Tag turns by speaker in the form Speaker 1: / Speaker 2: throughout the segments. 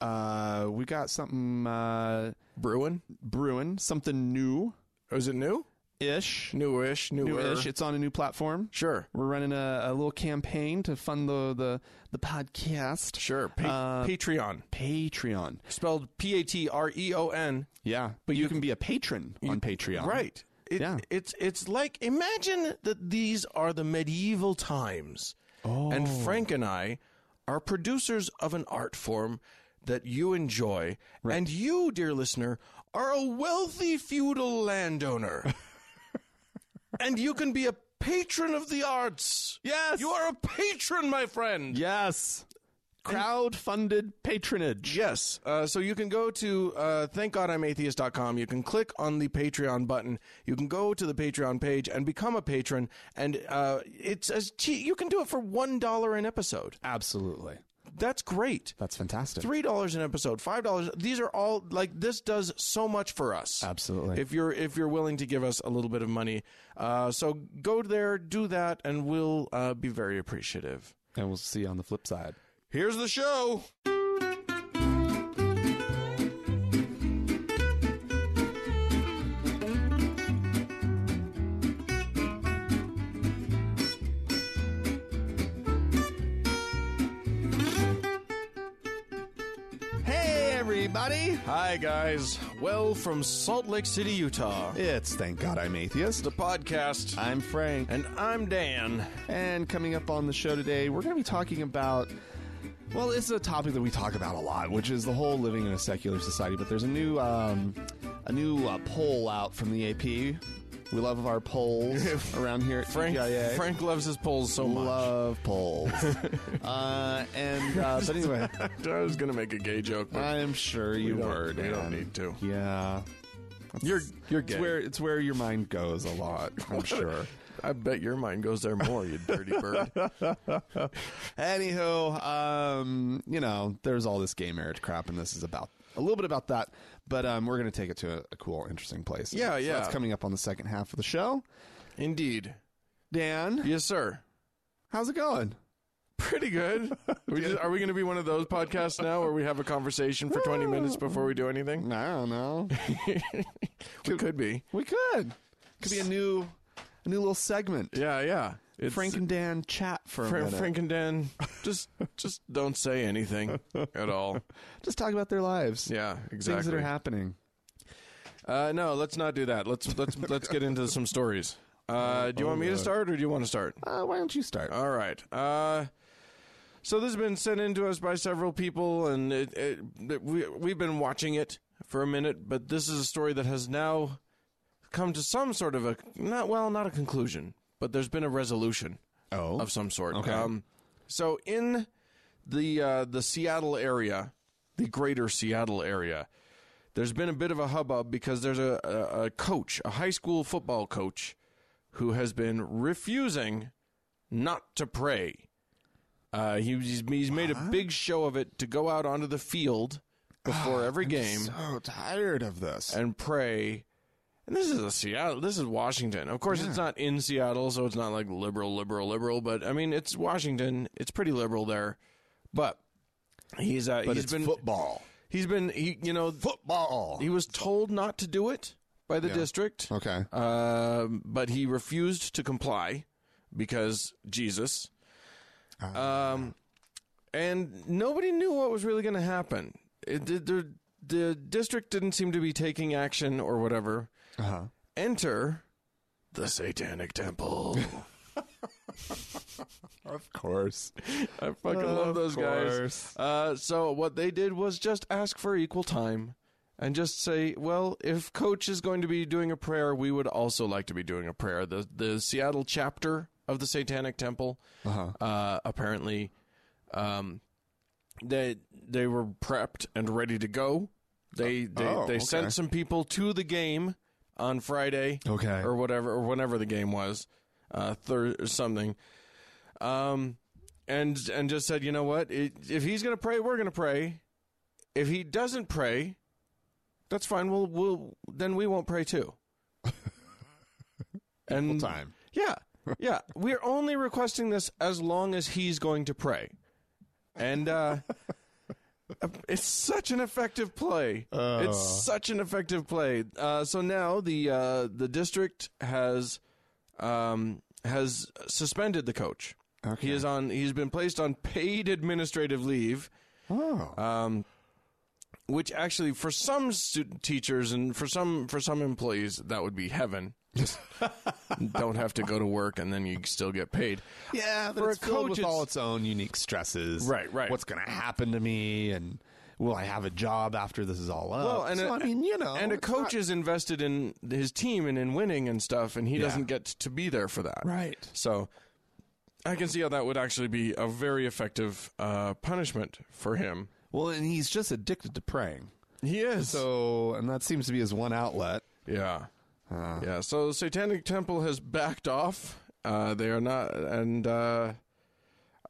Speaker 1: uh, we got something uh,
Speaker 2: Bruin?
Speaker 1: brewing, something new
Speaker 2: Is it new?
Speaker 1: ish,
Speaker 2: Newish, newer.
Speaker 1: new-ish. It's on a new platform.
Speaker 2: Sure.
Speaker 1: We're running a, a little campaign to fund the the, the podcast.
Speaker 2: Sure. Pa-
Speaker 1: Uh,
Speaker 2: Patreon.
Speaker 1: Patreon.
Speaker 2: Spelled P A T R E O N.
Speaker 1: Yeah, but you, can be a patron on Patreon.
Speaker 2: Right. It,
Speaker 1: Yeah.
Speaker 2: It's it's like imagine that these are the medieval times. And Frank and I are producers of an art form that you enjoy, and you, dear listener, are a wealthy feudal landowner. and you can be a patron of the arts.
Speaker 1: Yes.
Speaker 2: You are a patron, my friend.
Speaker 1: Yes. Crowd-funded patronage.
Speaker 2: Yes. Uh, so you can go to uh, thankgodimatheist.com. You can click on the Patreon button. You can go to the Patreon page and become a patron. And uh, it's as cheap. You can do it for one dollar an episode.
Speaker 1: Absolutely.
Speaker 2: That's great.
Speaker 1: That's fantastic.
Speaker 2: Three dollars an episode. Five dollars. These are all like this does so much for us.
Speaker 1: Absolutely.
Speaker 2: If you're if you're willing to give us a little bit of money, uh, so go there, do that, and we'll uh, be very appreciative.
Speaker 1: and we'll see you on the flip side.
Speaker 2: Here's the show.
Speaker 1: Hey, everybody.
Speaker 2: Hi, guys. Well, from Salt Lake City, Utah,
Speaker 1: It's Thank God I'm Atheist.
Speaker 2: the podcast,
Speaker 1: I'm Frank.
Speaker 2: and I'm Dan.
Speaker 1: And coming up on the show today, we're going to be talking about. Well, this is a topic that we talk about a lot, which is the whole living in a secular society. But there's a new, um, a new uh, poll out from the AP. We love our polls around here at
Speaker 2: Frank,
Speaker 1: TGIA.
Speaker 2: Frank loves his polls so much.
Speaker 1: love polls. uh, and uh, but anyway,
Speaker 2: I was gonna make a gay joke, but
Speaker 1: I'm sure you
Speaker 2: don't-
Speaker 1: were.
Speaker 2: we
Speaker 1: Dan.
Speaker 2: don't need to.
Speaker 1: Yeah, Uh,
Speaker 2: you're you're
Speaker 1: it's
Speaker 2: gay.
Speaker 1: where it's where your mind goes a lot. I'm sure.
Speaker 2: I bet your mind goes there more, you dirty bird.
Speaker 1: Anywho, um, you know, there's all this gay marriage crap, and this is about a little bit about that. But um, we're going to take it to a, a cool, interesting place.
Speaker 2: Yeah,
Speaker 1: So
Speaker 2: yeah.
Speaker 1: That's coming up on the second half of the show.
Speaker 2: Indeed.
Speaker 1: Dan,
Speaker 2: Yes, sir.
Speaker 1: how's it going?
Speaker 2: Pretty good. We just, are we gonna be one of those podcasts now where we have a conversation for 20 minutes before we do anything?
Speaker 1: I don't know.
Speaker 2: We could be.
Speaker 1: we could could be a new, a new little segment.
Speaker 2: Yeah, yeah. It's,
Speaker 1: Frank and Dan chat for a
Speaker 2: Fra-
Speaker 1: minute.
Speaker 2: Frank and Dan, just just don't say anything at all.
Speaker 1: Just talk about their lives.
Speaker 2: Yeah,
Speaker 1: Things that are
Speaker 2: exactly.
Speaker 1: happening.
Speaker 2: uh, no, let's not do that. Let's let's let's get into some stories. Uh, do you want me to start or do you want to start?
Speaker 1: Uh, why don't you start?
Speaker 2: All right. Uh, so this has been sent in to us by several people, and it, it, we we've been watching it for a minute, but this is a story that has now come to some sort of a not well, not a conclusion, but there's been a resolution
Speaker 1: oh,
Speaker 2: of some sort.
Speaker 1: Okay.
Speaker 2: Um, so in the uh, the Seattle area, the greater Seattle area, there's been a bit of a hubbub because there's a, a, a coach, a high school football coach, who has been refusing not to pray. Uh, he, he's, he's made a big show of it to go out onto the field
Speaker 1: Ah,
Speaker 2: before every game
Speaker 1: so tired of this.
Speaker 2: and pray. And this is a Seattle. This is Washington. Of course, it's not in Seattle, so it's not like liberal, liberal, liberal. But I mean, it's Washington. It's pretty liberal there. But he's uh,
Speaker 1: but
Speaker 2: he's
Speaker 1: it's
Speaker 2: been
Speaker 1: football.
Speaker 2: he's been he you know
Speaker 1: Football.
Speaker 2: he was told not to do it by the district,
Speaker 1: okay.
Speaker 2: Um but he refused to comply because Jesus. Um, and nobody knew what was really going to happen. It, the, the, the district didn't seem to be taking action or whatever.
Speaker 1: Uh
Speaker 2: Uh-huh.
Speaker 1: huh.
Speaker 2: Enter the Satanic Temple.
Speaker 1: Of course.
Speaker 2: I fucking love
Speaker 1: Of
Speaker 2: those
Speaker 1: course.
Speaker 2: guys. Uh, so what they did was just ask for equal time. And just say, well, if Coach is going to be doing a prayer, we would also like to be doing a prayer. The the Seattle
Speaker 1: Uh-huh.
Speaker 2: chapter of the Satanic Temple
Speaker 1: Uh huh.
Speaker 2: uh, apparently um, They they were prepped and ready to go. They they,
Speaker 1: oh,
Speaker 2: they
Speaker 1: okay.
Speaker 2: sent some people to the game on Friday
Speaker 1: Okay.
Speaker 2: or whatever or whenever the game was, uh, thir- or something. Um, and and just said, you know what? It, if he's gonna pray, we're gonna pray. If he doesn't pray, that's fine. We'll we'll then we won't pray too. and
Speaker 1: time.
Speaker 2: yeah. Yeah. We're only requesting this as long as he's going to pray. And uh it's such an effective play.
Speaker 1: Uh.
Speaker 2: It's such an effective play. Uh so now the uh the district has um has suspended the coach.
Speaker 1: Okay.
Speaker 2: He is on he's been placed on paid administrative leave um,
Speaker 1: Oh.
Speaker 2: which actually for some student teachers and for some for some employees that would be heaven just don't have to go to work and then you still get paid
Speaker 1: yeah, but
Speaker 2: for
Speaker 1: it's
Speaker 2: a
Speaker 1: filled
Speaker 2: coach,
Speaker 1: with all
Speaker 2: it's-
Speaker 1: its own unique stresses.
Speaker 2: Right, right.
Speaker 1: What's going to happen to me, and will I have a job after this is all up?
Speaker 2: well and
Speaker 1: Oh, so,
Speaker 2: a,
Speaker 1: I mean, you know,
Speaker 2: and a
Speaker 1: it's
Speaker 2: coach is invested in his team and in winning and stuff and he
Speaker 1: Yeah.
Speaker 2: doesn't get to be there for that
Speaker 1: not- right?
Speaker 2: so i can see how that would actually be a very effective uh, punishment for him
Speaker 1: Well, and he's just addicted to praying.
Speaker 2: he is
Speaker 1: So, and that seems to be his one outlet.
Speaker 2: Yeah. Yeah. So Satanic Temple has backed off. Uh, they are not, and uh,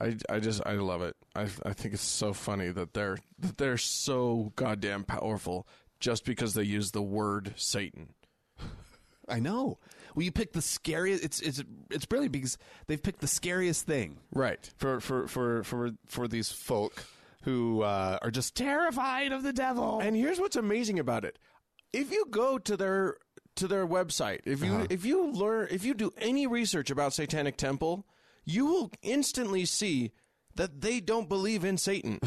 Speaker 2: I, I just, I love it. I, I think it's so funny that they're, that they're so goddamn powerful just because they use the word Satan.
Speaker 1: I know. Well, you pick the scariest. It's it's it's brilliant because they've picked the scariest thing
Speaker 2: Right.
Speaker 1: for for for for for these folk who uh, are just terrified of the devil.
Speaker 2: And here's what's amazing about it: if you go to their to their website, if you if you learn if you do any research about Satanic Temple, you will instantly see that they don't believe in Satan.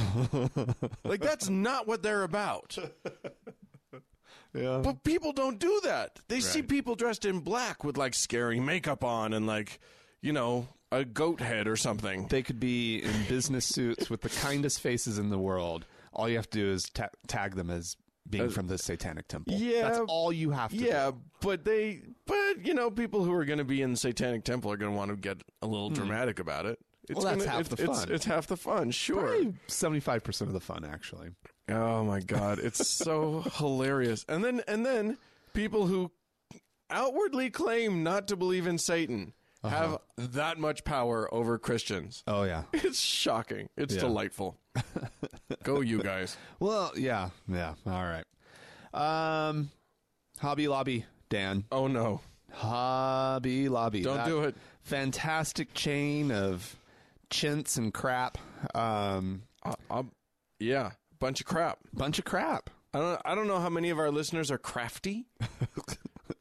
Speaker 2: like that's not what they're about.
Speaker 1: Yeah.
Speaker 2: But people don't do that. They see people dressed in black with like scary makeup on and like, you know, a goat head or something.
Speaker 1: They could be in business suits with the kindest faces in the world. All you have to do is ta- tag them as being from the Satanic Temple.
Speaker 2: yeah.
Speaker 1: that's all you have to.
Speaker 2: Yeah, but they, but you know, people who are going to be in the Satanic Temple are going to want to get a little dramatic about it.
Speaker 1: Hmm.
Speaker 2: It's
Speaker 1: Well, that's
Speaker 2: gonna-
Speaker 1: half
Speaker 2: it's-
Speaker 1: the
Speaker 2: it's-
Speaker 1: fun.
Speaker 2: It's, half the fun, sure.
Speaker 1: do. Seventy-five percent of the fun, actually.
Speaker 2: Oh my god, it's so hilarious. And then, and then people who outwardly claim not to believe in Satan
Speaker 1: Uh-huh.
Speaker 2: have that much power over Christians.
Speaker 1: Oh yeah.
Speaker 2: It's shocking. It's
Speaker 1: Yeah.
Speaker 2: delightful. Go, you guys.
Speaker 1: Well, yeah, yeah. All right. Um, Hobby Lobby, Dan.
Speaker 2: Oh no,
Speaker 1: Hobby Lobby.
Speaker 2: Don't
Speaker 1: That
Speaker 2: do it.
Speaker 1: Fantastic chain of chintz and crap. Um,
Speaker 2: I, I'm, Uh, yeah, bunch of crap.
Speaker 1: bunch of crap.
Speaker 2: I don't, I don't know how many of our listeners are crafty,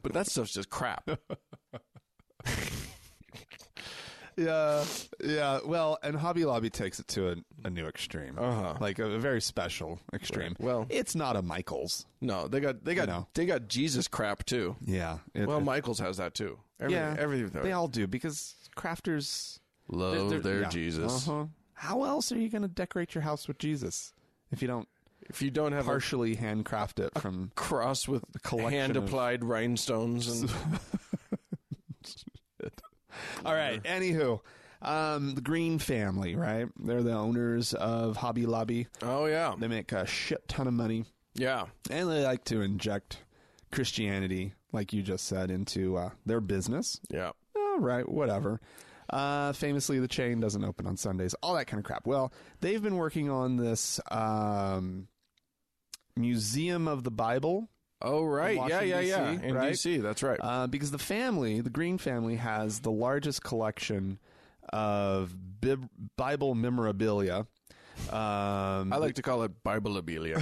Speaker 2: but that stuff's just crap.
Speaker 1: Yeah, yeah. Well, and Hobby Lobby takes it to a, a new extreme, uh-huh. like a, a very special extreme.
Speaker 2: Well-
Speaker 1: it's not a Michaels.
Speaker 2: No, they got they
Speaker 1: know.
Speaker 2: got they got Jesus crap too.
Speaker 1: Yeah. It,
Speaker 2: Well,
Speaker 1: it-
Speaker 2: Michaels has that too.
Speaker 1: yeah.
Speaker 2: Everything, everything
Speaker 1: they all do because crafters
Speaker 2: love
Speaker 1: they're-
Speaker 2: their
Speaker 1: yeah.
Speaker 2: Jesus.
Speaker 1: Uh-huh. How else are you going to decorate your house with Jesus if you don't
Speaker 2: If you don't have a
Speaker 1: partially handcraft it from
Speaker 2: cross with
Speaker 1: collection
Speaker 2: hand
Speaker 1: of-
Speaker 2: applied rhinestones and
Speaker 1: All right. Anywho, um, the Green family, right? They're the owners of Hobby Lobby.
Speaker 2: oh yeah,
Speaker 1: They make a shit ton of money,
Speaker 2: yeah,
Speaker 1: and they like to inject Christianity, like you just said, into uh, their business.
Speaker 2: yeah.
Speaker 1: All right, whatever. Uh, famously, the chain doesn't open on Sundays. All that kind of crap. Well, they've been working on this um, museum of the Bible.
Speaker 2: Oh right, yeah, yeah,
Speaker 1: Washington,
Speaker 2: yeah.
Speaker 1: DC,
Speaker 2: In
Speaker 1: right?
Speaker 2: DC, that's right.
Speaker 1: Uh, because the family, the Green family, has the largest collection of bib- Bible memorabilia. Um,
Speaker 2: I like to call it Bibleabilia.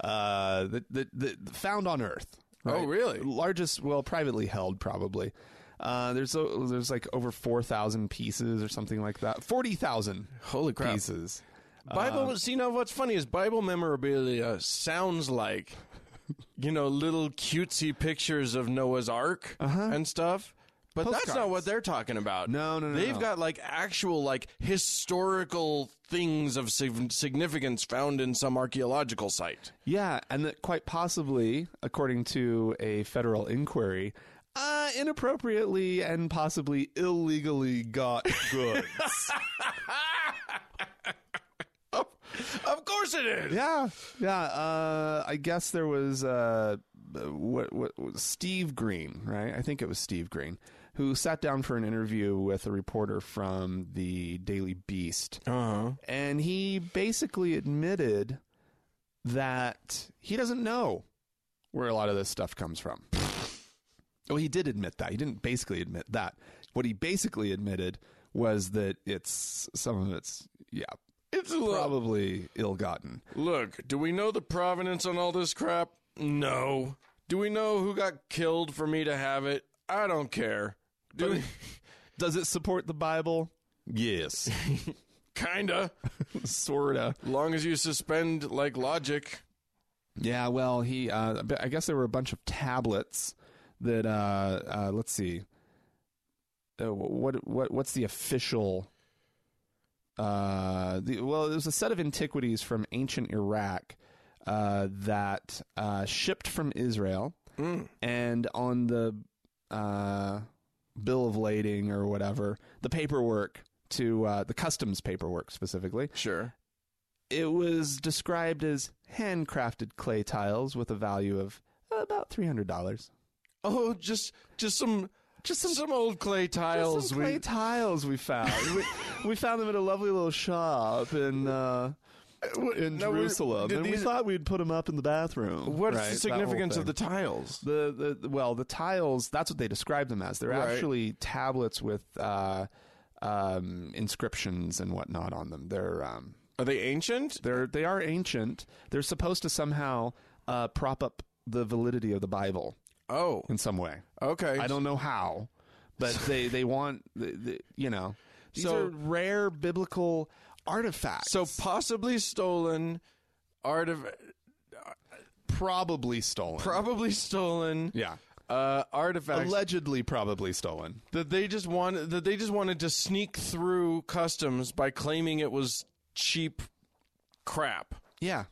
Speaker 1: uh, that that that found on Earth.
Speaker 2: Oh, really?
Speaker 1: Largest, well, privately held, probably. Uh, there's o there's like over four thousand pieces or something like that. Forty thousand
Speaker 2: Holy crap!
Speaker 1: pieces.
Speaker 2: Bible. see now, what's funny is Bible memorabilia sounds like, you know, little cutesy pictures of Noah's Ark and stuff. But that's not
Speaker 1: Postcards.
Speaker 2: what they're talking about.
Speaker 1: No, no, no,
Speaker 2: They've
Speaker 1: no.
Speaker 2: got like actual, like historical things of sig- significance found in some archaeological site.
Speaker 1: Yeah, and that quite possibly, according to a federal inquiry, uh, inappropriately and possibly illegally got goods.
Speaker 2: course it is.
Speaker 1: Yeah, yeah. Uh, I guess there was uh, what, what, what Steve Green, right? I think it was Steve Green who sat down for an interview with a reporter from the Daily Beast,
Speaker 2: Uh-huh.
Speaker 1: and he basically admitted that he doesn't know where a lot of this stuff comes from. Well, he did admit that. He didn't basically admit that. What he basically admitted was that it's some of it's yeah,
Speaker 2: It's a little
Speaker 1: probably ill-gotten.
Speaker 2: Look, do we know the provenance on all this crap? No. Do we know who got killed for me to have it? I don't care. Do we?
Speaker 1: Does it support the Bible? Yes.
Speaker 2: Kinda.
Speaker 1: Sorta.
Speaker 2: Long as you suspend like logic.
Speaker 1: Yeah, well, he uh but I guess there were a bunch of tablets that uh uh let's see. Uh, wh- what what what's the official uh the, well, it was a set of antiquities from ancient Iraq uh that uh shipped from Israel and on the uh bill of lading or whatever, the paperwork to uh the customs paperwork specifically
Speaker 2: Sure.
Speaker 1: it was described as handcrafted clay tiles with a value of about three hundred dollars.
Speaker 2: Oh, just just some just some, some old clay tiles.
Speaker 1: Some clay
Speaker 2: we-
Speaker 1: tiles we found. we, we found them at a lovely little shop in uh, in
Speaker 2: now, we-
Speaker 1: Jerusalem,
Speaker 2: did
Speaker 1: and we
Speaker 2: these-
Speaker 1: thought we'd put them up in the bathroom.
Speaker 2: What's
Speaker 1: Right,
Speaker 2: the
Speaker 1: that
Speaker 2: significance
Speaker 1: whole
Speaker 2: of the
Speaker 1: thing.
Speaker 2: tiles?
Speaker 1: the, the well the tiles? That's what they describe them as. They're
Speaker 2: Right.
Speaker 1: actually tablets with uh, um, inscriptions and whatnot on them. They're um,
Speaker 2: Are they ancient?
Speaker 1: They're they are ancient. They're supposed to somehow uh, prop up the validity of the Bible
Speaker 2: Oh,
Speaker 1: in some way.
Speaker 2: okay.
Speaker 1: I don't know how, but they they want the, the, you know these
Speaker 2: So-
Speaker 1: are rare biblical artifacts.
Speaker 2: So possibly stolen art of
Speaker 1: probably stolen.
Speaker 2: probably stolen
Speaker 1: yeah.
Speaker 2: uh artifacts
Speaker 1: Allegedly, probably stolen.
Speaker 2: that they just wanted that they just wanted to sneak through customs by claiming it was cheap crap.
Speaker 1: Yeah,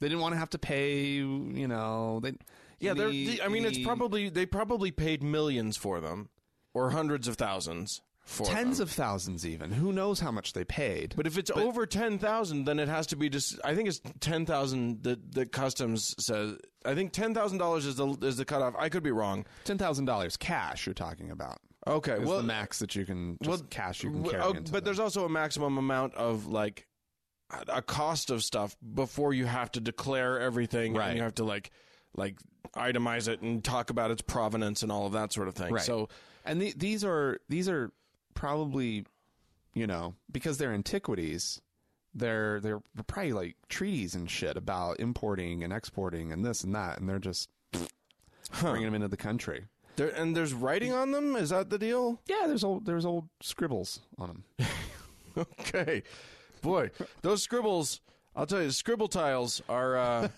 Speaker 1: they didn't want to have to pay. You know, they.
Speaker 2: Yeah, they're,
Speaker 1: any-
Speaker 2: I mean, it's
Speaker 1: any
Speaker 2: probably they probably paid millions for them or hundreds of thousands for
Speaker 1: tens
Speaker 2: them.
Speaker 1: of thousands. Even who knows how much they paid?
Speaker 2: But if it's over ten thousand, then it has to be just. I think it's ten thousand that the customs says. I think ten thousand dollars is the is the cutoff. I could be wrong.
Speaker 1: ten thousand dollars cash. You're talking about.
Speaker 2: Okay,
Speaker 1: It's
Speaker 2: well,
Speaker 1: the max that you can just cash you can
Speaker 2: w-
Speaker 1: carry
Speaker 2: oh,
Speaker 1: into
Speaker 2: but
Speaker 1: them.
Speaker 2: there's also a maximum amount of like a- a cost of stuff before you have to declare everything
Speaker 1: Right.
Speaker 2: and you have to like like itemize it and talk about its provenance and all of that sort of thing.
Speaker 1: Right.
Speaker 2: So
Speaker 1: and the, these are these are probably you know because they're antiquities they're they're probably like treaties and shit about importing and exporting and this and that and they're just bringing them into the country
Speaker 2: there and there's writing on them. Is that the deal?
Speaker 1: yeah there's old there's old scribbles on them
Speaker 2: Okay, boy, those scribbles. I'll tell you, scribble tiles are uh,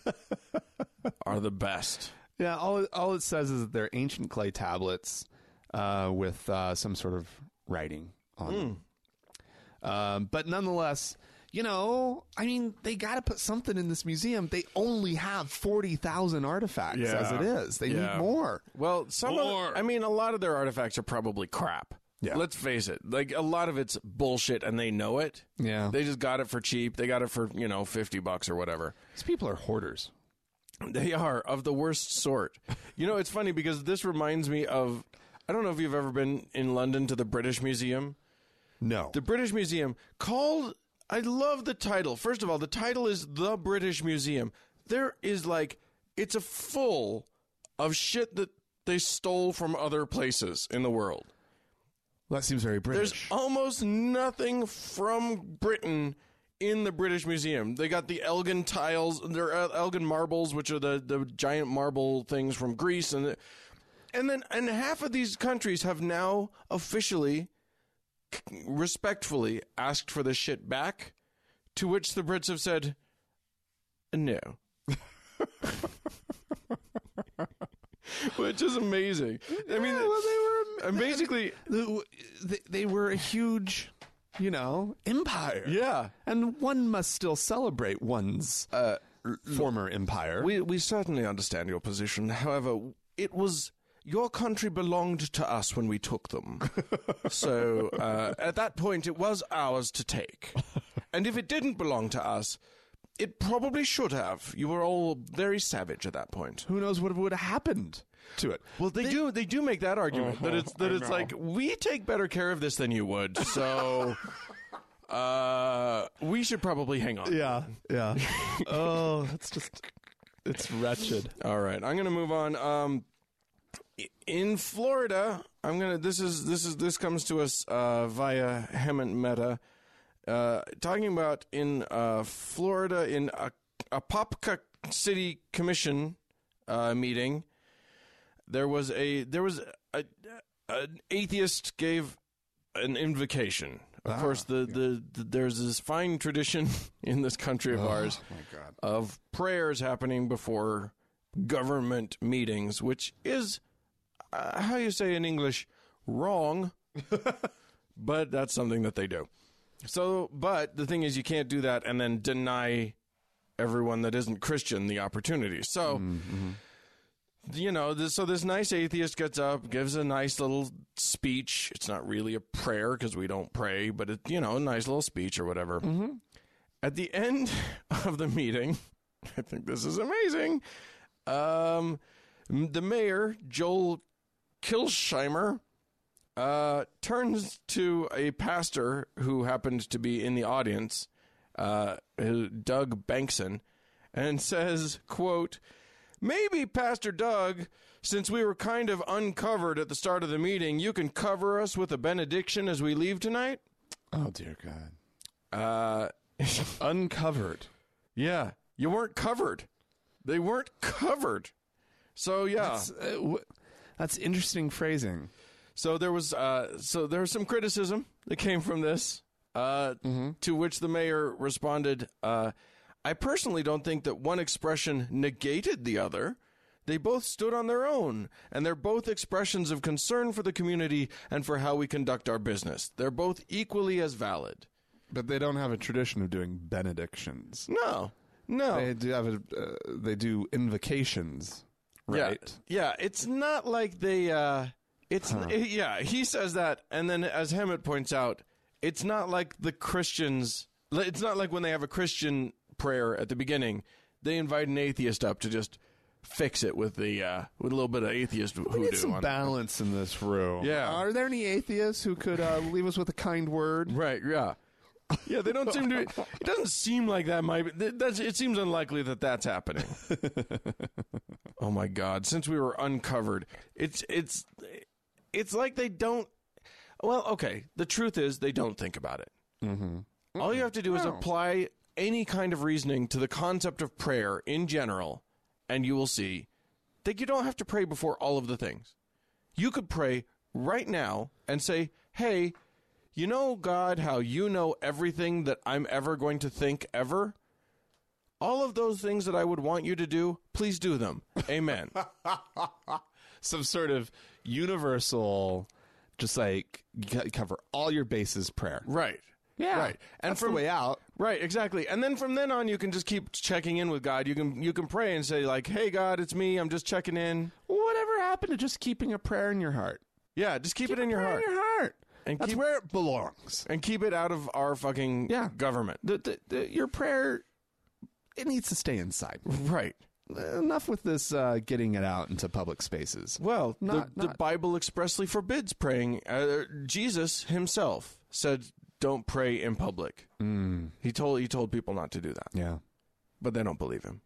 Speaker 2: are the best.
Speaker 1: yeah all all it says is that they're ancient clay tablets uh, with uh, some sort of writing on them
Speaker 2: Hmm.
Speaker 1: um, but nonetheless you know, I mean, they got to put something in this museum. They only have 40,000 artifacts as
Speaker 2: Yeah.
Speaker 1: it is. They
Speaker 2: Yeah.
Speaker 1: need more.
Speaker 2: Well, some
Speaker 3: Or-
Speaker 2: of, I mean, a lot of their artifacts are probably crap.
Speaker 1: Yeah.
Speaker 2: Let's face it. Like a lot of it's bullshit, and they know it.
Speaker 1: Yeah.
Speaker 2: They just got it for cheap. They got it for you know fifty bucks or whatever.
Speaker 1: These people are hoarders.
Speaker 2: They are of the worst sort. You know, it's funny because this reminds me of. I don't know if you've ever been in London to the British Museum.
Speaker 1: No.
Speaker 2: The British Museum called. I love the title. First of all, the title is The British Museum. There is like. It's a full of shit that they stole from other places in the world.
Speaker 1: that seems very
Speaker 2: There's
Speaker 1: British.
Speaker 2: almost nothing from Britain in the British Museum. They got the Elgin tiles, their El- Elgin marbles, which are the, the giant marble things from Greece, and the, and then and half of these countries have now officially, c- respectfully, asked for this shit back, to which the Brits have said, no. Which is amazing. I mean,
Speaker 1: well,
Speaker 2: and basically,
Speaker 1: The- they, they were a huge, you know, empire.
Speaker 2: yeah.
Speaker 1: And one must still celebrate one's uh, former empire.
Speaker 2: We we certainly understand your position. However, it was your country belonged to us when we took them. so uh, at that point, it was ours to take. And if it didn't belong to us, It probably should have. You were all very savage at that point.
Speaker 1: Who knows what would have happened to it?
Speaker 2: Well, they, do. They do make that argument that it's that it's like we take better care of this than you would, so uh, we should probably hang on.
Speaker 1: Yeah, yeah. oh, it's just it's wretched.
Speaker 2: All right, I'm gonna move on. Um, i- in Florida, I'm gonna. This is this is this comes to us uh, via Hemant Meta, uh, talking about in uh, Florida in a, a Popka City Commission uh, meeting. There was a there was a, an atheist gave an invocation. Of course, the, the, the there's this fine tradition in this country of ours of prayers happening before government meetings, which is uh, how you say in English wrong, but that's something that they do. So, but the thing is, you can't do that and then deny everyone that isn't Christian the opportunity. So you know, this, so this nice atheist gets up, gives a nice little speech. It's not really a prayer because we don't pray, but it, you know, a nice little speech or whatever. At the end of the meeting, I think this is amazing. Um, the mayor, Joel Kilsheimer, uh, turns to a pastor who happened to be in the audience, uh, who- Doug Bankson, and says, quote, Maybe, Pastor Doug, since we were kind of uncovered at the start of the meeting, you can cover us with a benediction as we leave tonight?
Speaker 1: Oh dear God.
Speaker 2: Uh,
Speaker 1: Uncovered.
Speaker 2: yeah, you weren't covered. They weren't covered. So, yeah.
Speaker 1: That's, uh, w- that's interesting phrasing.
Speaker 2: So there was uh, so there was some criticism that came from this, uh,
Speaker 1: Mm-hmm.
Speaker 2: to which the mayor responded, uh, "I personally don't think that one expression negated the other. They both stood on their own, and they're both expressions of concern for the community and for how we conduct our business. They're both equally as valid."
Speaker 1: But they don't have a tradition of doing benedictions.
Speaker 2: No, no,
Speaker 1: They do have a. Uh, they do invocations, right?
Speaker 2: Yeah, yeah it's not like they. Uh, it's it- yeah. He says that, and then as Hemet points out, it's not like the Christians. li- It's not like when they have a Christian prayer at the beginning, they invite an atheist up to just fix it with the uh, with a little bit of atheist
Speaker 1: We
Speaker 2: hoodoo
Speaker 1: need some
Speaker 2: on.
Speaker 1: balance in this room.
Speaker 2: Yeah.
Speaker 1: Are there any atheists who could uh, leave us with a kind word?
Speaker 2: Right. Yeah. Yeah, they don't seem to. It doesn't seem like that might. Be, th- that's. It seems unlikely that that's happening. oh my God! Since we were uncovered, it's it's it's like they don't. Well, okay. The truth is, they don't think about it. Mm-hmm. All you have to do is apply any kind of reasoning to the concept of prayer in general, and you will see that you don't have to pray before all of the things. You could pray right now and say, "Hey." You know, God, how you know everything that I'm ever going to think ever? All of those things that I would want you to do, please do them. Amen.
Speaker 1: Some sort of universal, just like c- cover all your bases prayer.
Speaker 2: right. Yeah. Right.
Speaker 1: And
Speaker 2: And
Speaker 1: for
Speaker 2: from
Speaker 1: way out,
Speaker 2: Right, exactly. And then from then on you can just keep checking in with God. You can you can pray and say like, "Hey God, it's me. I'm just checking in."
Speaker 1: whatever happened to just keeping a prayer in your heart?
Speaker 2: Yeah, just keep, it in your
Speaker 1: Prayer
Speaker 2: heart
Speaker 1: in your heart.
Speaker 2: And
Speaker 1: That's
Speaker 2: keep-
Speaker 1: where it belongs.
Speaker 2: and keep it out of our fucking
Speaker 1: Yeah.
Speaker 2: government.
Speaker 1: The, the, the, your prayer, it needs to stay inside.
Speaker 2: Right.
Speaker 1: Enough with this uh, getting it out into public spaces.
Speaker 2: Well,
Speaker 1: Not-
Speaker 2: the, the
Speaker 1: not-
Speaker 2: Bible expressly forbids praying. Uh, Jesus himself said, "Don't pray in public."
Speaker 1: Mm.
Speaker 2: He told he told people not to do that,
Speaker 1: Yeah.
Speaker 2: but they don't believe him.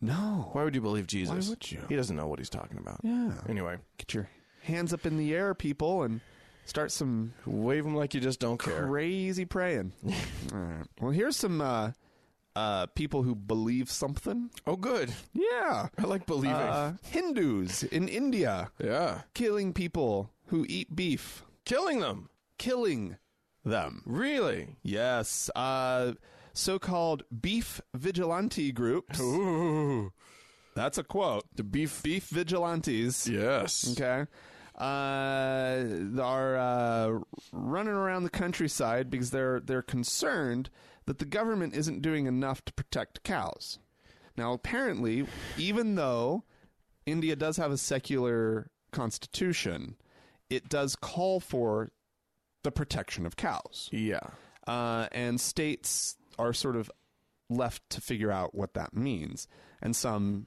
Speaker 1: No.
Speaker 2: Why would you believe Jesus?
Speaker 1: would you?
Speaker 2: He doesn't know what he's talking about.
Speaker 1: Yeah.
Speaker 2: Anyway,
Speaker 1: Get your hands up in the air, people, and start some
Speaker 2: wave him like you just don't care.
Speaker 1: crazy praying. All right. Well, here's some uh, uh, people who believe something.
Speaker 2: oh, good.
Speaker 1: Yeah.
Speaker 2: I like believing.
Speaker 1: Uh, Hindus in India
Speaker 2: yeah,
Speaker 1: killing people who eat beef,
Speaker 2: killing them.
Speaker 1: killing them.
Speaker 2: Really?
Speaker 1: Yes. Uh, so called beef vigilante groups.
Speaker 2: Ooh.
Speaker 1: That's a quote. The beef beef vigilantes.
Speaker 2: Yes.
Speaker 1: Okay. Uh, are uh, running around the countryside because they're they're concerned that the government isn't doing enough to protect cows. Now, apparently, even though India does have a secular constitution, it does call for the protection of cows
Speaker 2: Yeah.
Speaker 1: uh, and states are sort of left to figure out what that means. And some,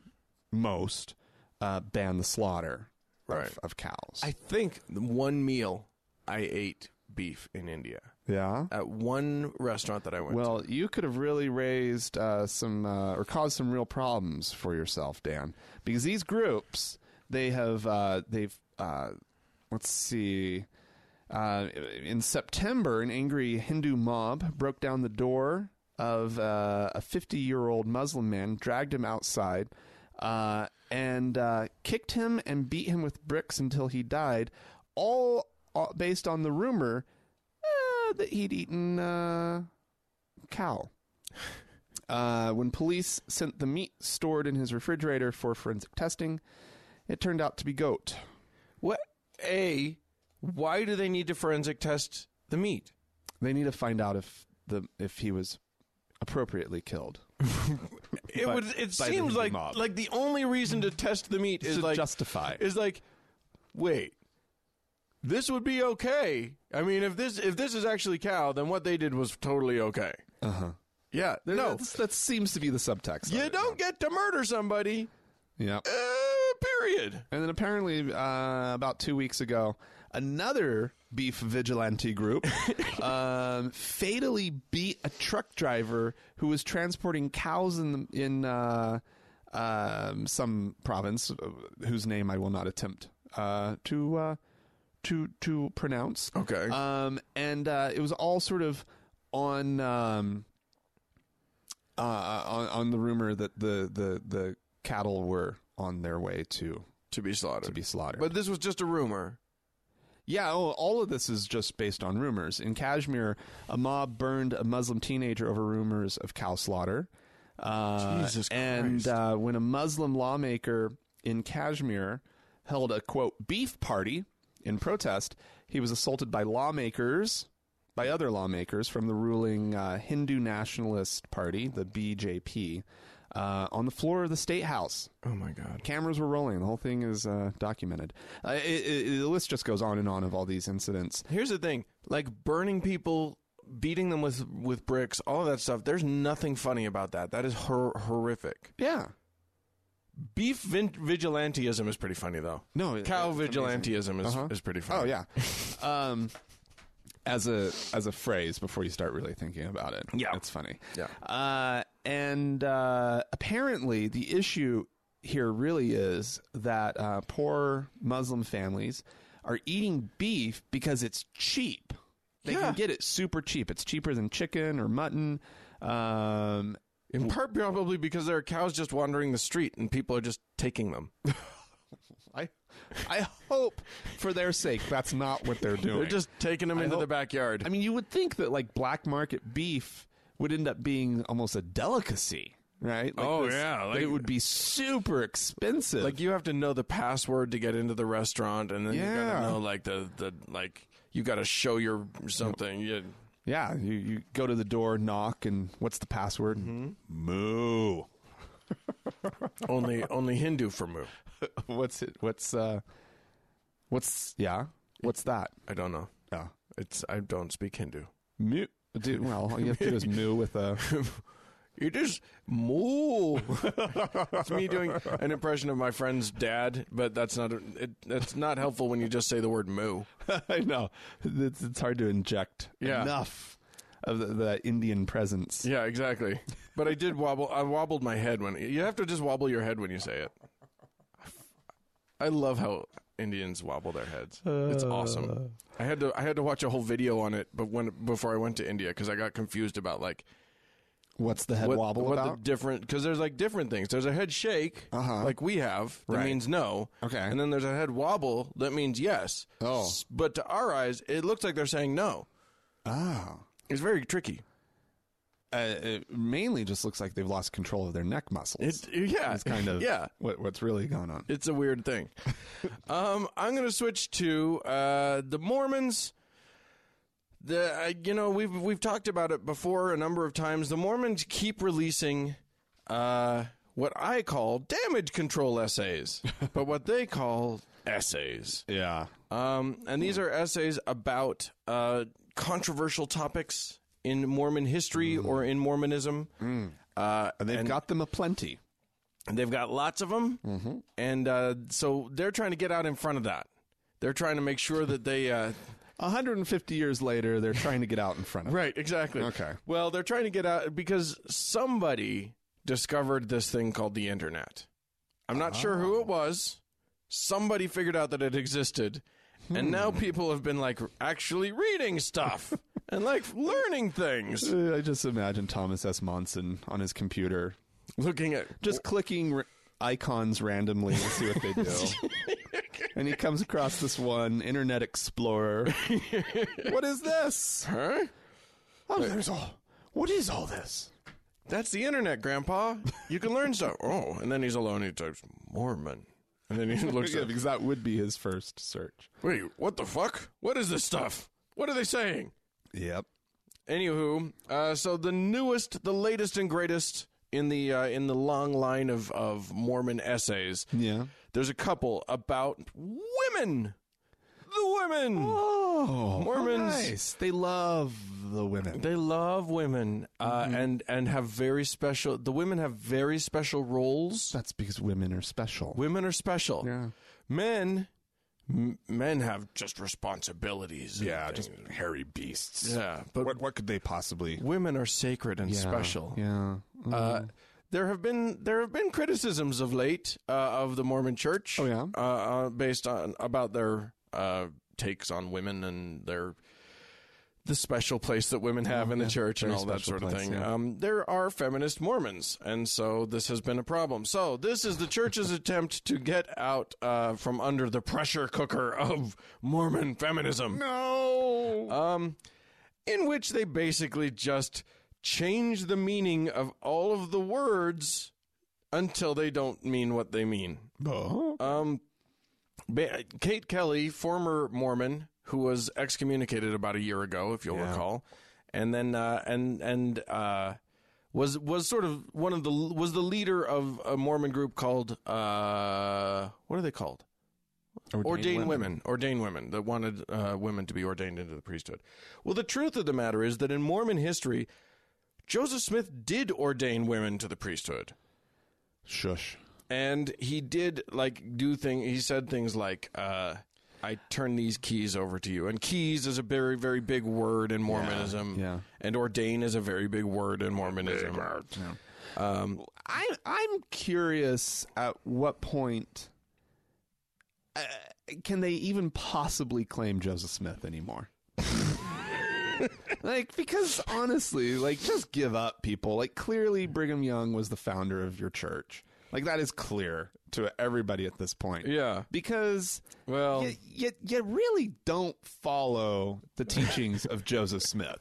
Speaker 1: most, uh, ban the slaughter of,
Speaker 2: Right.
Speaker 1: of cows.
Speaker 2: I think the one meal I ate beef in India
Speaker 1: yeah.
Speaker 2: at one restaurant that I went
Speaker 1: Well, you could have really raised uh, some uh, or caused some real problems for yourself, Dan, because these groups they have uh, they've uh, let's see. Uh, in September, an angry Hindu mob broke down the door of uh, a 50 year old Muslim man, dragged him outside, uh, and uh, kicked him and beat him with bricks until he died, all uh, based on the rumor uh, that he'd eaten uh, cow. Uh, when police sent the meat stored in his refrigerator for forensic testing, it turned out to be goat.
Speaker 2: to. What a? Why do they need to forensic test the meat?
Speaker 1: They need to find out if the if he was appropriately killed.
Speaker 2: It
Speaker 1: By-
Speaker 2: would. It
Speaker 1: by the
Speaker 2: seems
Speaker 1: Hindu
Speaker 2: like
Speaker 1: mob.
Speaker 2: like the only reason to test the meat is
Speaker 1: To
Speaker 2: like
Speaker 1: justify.
Speaker 2: is like, wait, this would be okay. I mean, if this if this is actually cow, then what they did was totally okay. Uh huh. Yeah. no,
Speaker 1: That's- that seems to be the subtext. of
Speaker 2: you
Speaker 1: it.
Speaker 2: don't get to murder somebody.
Speaker 1: Yeah.
Speaker 2: Uh, period.
Speaker 1: And then apparently, uh, about two weeks ago, another beef vigilante group um, fatally beat a truck driver who was transporting cows in the, in uh, um, some province uh, whose name I will not attempt uh, to uh, to to pronounce.
Speaker 2: Okay.
Speaker 1: Um, and uh, it was all sort of on. Um, uh, on, on the rumor that the, the, the cattle were on their way to
Speaker 2: to be slaughtered.
Speaker 1: to be slaughtered.
Speaker 2: But this was just a rumor.
Speaker 1: yeah, oh, all of this is just based on rumors. In Kashmir, a mob burned a Muslim teenager over rumors of cow slaughter. Uh,
Speaker 2: Jesus
Speaker 1: And
Speaker 2: Christ.
Speaker 1: uh, when a Muslim lawmaker in Kashmir held a quote beef party in protest, he was assaulted by lawmakers, by other lawmakers from the ruling uh, Hindu Nationalist Party, the BJP, uh, on the floor of the state house
Speaker 2: Oh my god.
Speaker 1: cameras were rolling. The whole thing is uh, documented. Uh, it, it, the list just goes on and on of all these incidents.
Speaker 2: Here's the thing: like burning people, beating them with with bricks, all that stuff. There's nothing funny about that. That is hor- horrific.
Speaker 1: Yeah.
Speaker 2: Beef vin- vigilantism is pretty funny though.
Speaker 1: No, it-
Speaker 2: cow
Speaker 1: it's amazing.
Speaker 2: vigilantism is,
Speaker 1: Uh-huh.
Speaker 2: is pretty
Speaker 1: Oh
Speaker 2: funny.
Speaker 1: yeah. um, as a as a phrase before you start really thinking about it.
Speaker 2: Yeah.
Speaker 1: it's funny.
Speaker 2: Yeah.
Speaker 1: Uh, and uh, apparently the issue here really is that uh, poor Muslim families are eating beef because it's cheap. They
Speaker 2: Yeah.
Speaker 1: can get it super cheap. It's cheaper than chicken or mutton. Um,
Speaker 2: In part probably because there are cows just wandering the street and people are just taking them.
Speaker 1: I I hope for their sake that's not what they're doing.
Speaker 2: They're just taking them
Speaker 1: I
Speaker 2: into the
Speaker 1: hope-
Speaker 2: backyard.
Speaker 1: I mean, you would think that like black market beef would end up being almost a delicacy, right? Like
Speaker 2: Oh, yeah,
Speaker 1: that
Speaker 2: like-
Speaker 1: it would be super expensive.
Speaker 2: like you have to know the password to get into the restaurant, and then you
Speaker 1: Yeah.
Speaker 2: gotta know like the, the like you gotta show your something. You,
Speaker 1: yeah, you, you go to the door, knock, and what's the password?
Speaker 2: Mm-hmm.
Speaker 1: Moo.
Speaker 2: only only Hindu for moo.
Speaker 1: what's it? What's uh? What's yeah? What's that?
Speaker 2: I don't know.
Speaker 1: Yeah.
Speaker 2: It's I don't speak Hindu.
Speaker 1: Moo. Dude, well, all you have to do is moo with a.
Speaker 2: You just moo. it's me doing an impression of my friend's dad, but that's not it, it's not helpful when you just say the word moo.
Speaker 1: I know it's, it's hard to inject
Speaker 2: Yeah.
Speaker 1: enough of the, the Indian presence.
Speaker 2: Yeah, exactly. But I did wobble. I wobbled my head when you have to just wobble your head when you say it. I love how Indians wobble their heads. It's awesome. I had to I had to watch a whole video on it, but when before I went to India because I got confused about like
Speaker 1: What's the head
Speaker 2: what,
Speaker 1: wobble
Speaker 2: what
Speaker 1: about?
Speaker 2: the different because there's like different things. There's a head shake
Speaker 1: Uh-huh.
Speaker 2: like we have that
Speaker 1: Right.
Speaker 2: means no.
Speaker 1: Okay.
Speaker 2: and then there's a head wobble that means yes.
Speaker 1: Oh.
Speaker 2: S- but to our eyes, it looks like they're saying no.
Speaker 1: oh.
Speaker 2: It's very tricky.
Speaker 1: uh, it mainly just looks like they've lost control of their neck muscles.
Speaker 2: It yeah,
Speaker 1: It's kind of
Speaker 2: yeah.
Speaker 1: what, what's really going on.
Speaker 2: It's a weird thing. um, I'm going to switch to uh, the Mormons. The uh, you know we've we've talked about it before a number of times. The Mormons keep releasing uh, what I call damage control essays, but what they call essays.
Speaker 1: Yeah.
Speaker 2: Um, and these are essays about uh, controversial topics in Mormon history or in Mormonism. Uh,
Speaker 1: And they've got them aplenty.
Speaker 2: They've got lots of them,
Speaker 1: Mm-hmm.
Speaker 2: and uh, so they're trying to get out in front of that. They're trying to make sure that they. Uh,
Speaker 1: 150 years later, they're trying to get out in front of it.
Speaker 2: right, exactly.
Speaker 1: Okay.
Speaker 2: Well, they're trying to get out because somebody discovered this thing called the internet. I'm not sure who
Speaker 1: Oh.
Speaker 2: it was. Somebody figured out that it existed, and now
Speaker 1: Hmm.
Speaker 2: people have been like actually reading stuff and like learning things,
Speaker 1: Uh, I just imagine Thomas S. Monson on his computer,
Speaker 2: looking at
Speaker 1: just clicking r icons randomly to see what they do. and he comes across this one, Internet Explorer. what is this?
Speaker 2: huh.
Speaker 1: Oh, there's all. What is all this?
Speaker 2: That's the internet, Grandpa. You can learn stuff. Oh, and then he's alone. He types Mormon, and then he looks
Speaker 1: Yeah,
Speaker 2: at.
Speaker 1: because that would be his first search.
Speaker 2: Wait, what the fuck? What is this stuff? What are they saying?
Speaker 1: Yep.
Speaker 2: Anywho, uh, so the newest, the latest and greatest in the uh, in the long line of of Mormon essays.
Speaker 1: Yeah.
Speaker 2: There's a couple about women. The women.
Speaker 1: Oh,
Speaker 2: Mormons.
Speaker 1: Nice. They love the women.
Speaker 2: They love women, uh, and and have very special. The women have very special roles.
Speaker 1: That's because women are special.
Speaker 2: Women are special.
Speaker 1: Yeah.
Speaker 2: Men, m- men have just responsibilities. and
Speaker 1: Yeah,
Speaker 2: things.
Speaker 1: just hairy beasts.
Speaker 2: yeah. But
Speaker 1: What, what could they possibly?
Speaker 2: women are sacred and special.
Speaker 1: Yeah.
Speaker 2: Uh,
Speaker 1: Mm.
Speaker 2: there have been there have been criticisms of late uh, of the Mormon Church.
Speaker 1: Oh, yeah?
Speaker 2: uh, uh, based on about their uh, takes on women and their the special place that women have in the church and
Speaker 1: Oh, very
Speaker 2: all that
Speaker 1: special
Speaker 2: sort of
Speaker 1: place,
Speaker 2: thing.
Speaker 1: yeah.
Speaker 2: Um, there are feminist Mormons, and so this has been a problem. So this is the church's attempt to get out uh, from under the pressure cooker of Mormon feminism
Speaker 1: No.
Speaker 2: in which they basically just change the meaning of all of the words until they don't mean what they mean.
Speaker 1: Uh,
Speaker 2: Um, ba- Kate Kelly, former Mormon, who was excommunicated about a year ago, if you'll recall, and then uh, and and uh, was was sort of one of the was the leader of a Mormon group called uh, what are they called? ordained women. ordained women that wanted uh, women to be ordained into the priesthood. Well, the truth of the matter is that in Mormon history, Joseph Smith did ordain women to the priesthood,
Speaker 1: Shush.
Speaker 2: and he did like do thing. He said things like. Uh, I turn these keys over to you. And keys is a very, very big word in Mormonism.
Speaker 1: yeah.
Speaker 2: And ordain is a very big word in Mormonism.
Speaker 1: I I'm curious at what point uh, can they even possibly claim Joseph Smith anymore? like because honestly, like just give up people. Like clearly Brigham Young was the founder of your church. Like that is clear to everybody at this point.
Speaker 2: Yeah.
Speaker 1: Because
Speaker 2: Well-
Speaker 1: you, you, you really don't follow the teachings of Joseph Smith.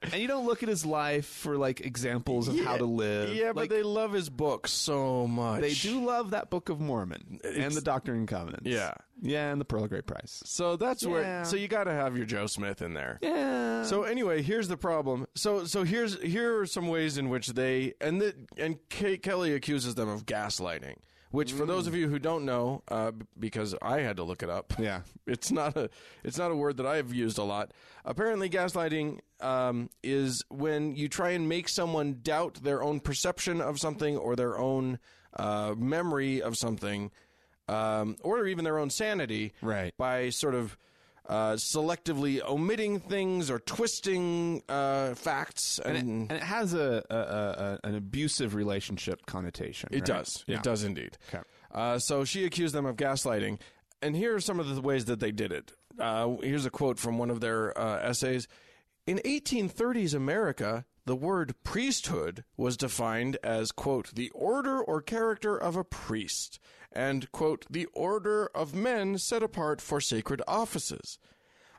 Speaker 1: And you don't look at his life for like examples of how to live.
Speaker 2: Yeah, but
Speaker 1: Like,
Speaker 2: they love his book so much.
Speaker 1: they do love that Book of Mormon and the Doctrine and Covenants.
Speaker 2: Yeah.
Speaker 1: Yeah, and the Pearl of Great Price.
Speaker 2: So that's
Speaker 1: Yeah.
Speaker 2: where. So you got to have your Joe Smith in there.
Speaker 1: Yeah.
Speaker 2: So anyway, here's the problem. So so here's here are some ways in which they and the, and Kate Kelly accuses them of gaslighting, which for those of you who don't know, uh, b- because I had to look it up.
Speaker 1: Yeah.
Speaker 2: it's not a it's not a word that I've used a lot. Apparently, gaslighting um, is when you try and make someone doubt their own perception of something or their own uh, memory of something, um, or even their own sanity,
Speaker 1: Right.
Speaker 2: by sort of uh, selectively omitting things or twisting uh, facts, and,
Speaker 1: and it has a, a, a- a an abusive relationship connotation.
Speaker 2: it does, it does indeed.
Speaker 1: Okay.
Speaker 2: Uh, so she accused them of gaslighting, and here are some of the ways that they did it. Uh, here's a quote from one of their uh, essays: In 1830s America. The word priesthood was defined as, quote, the order or character of a priest, and, quote, the order of men set apart for sacred offices.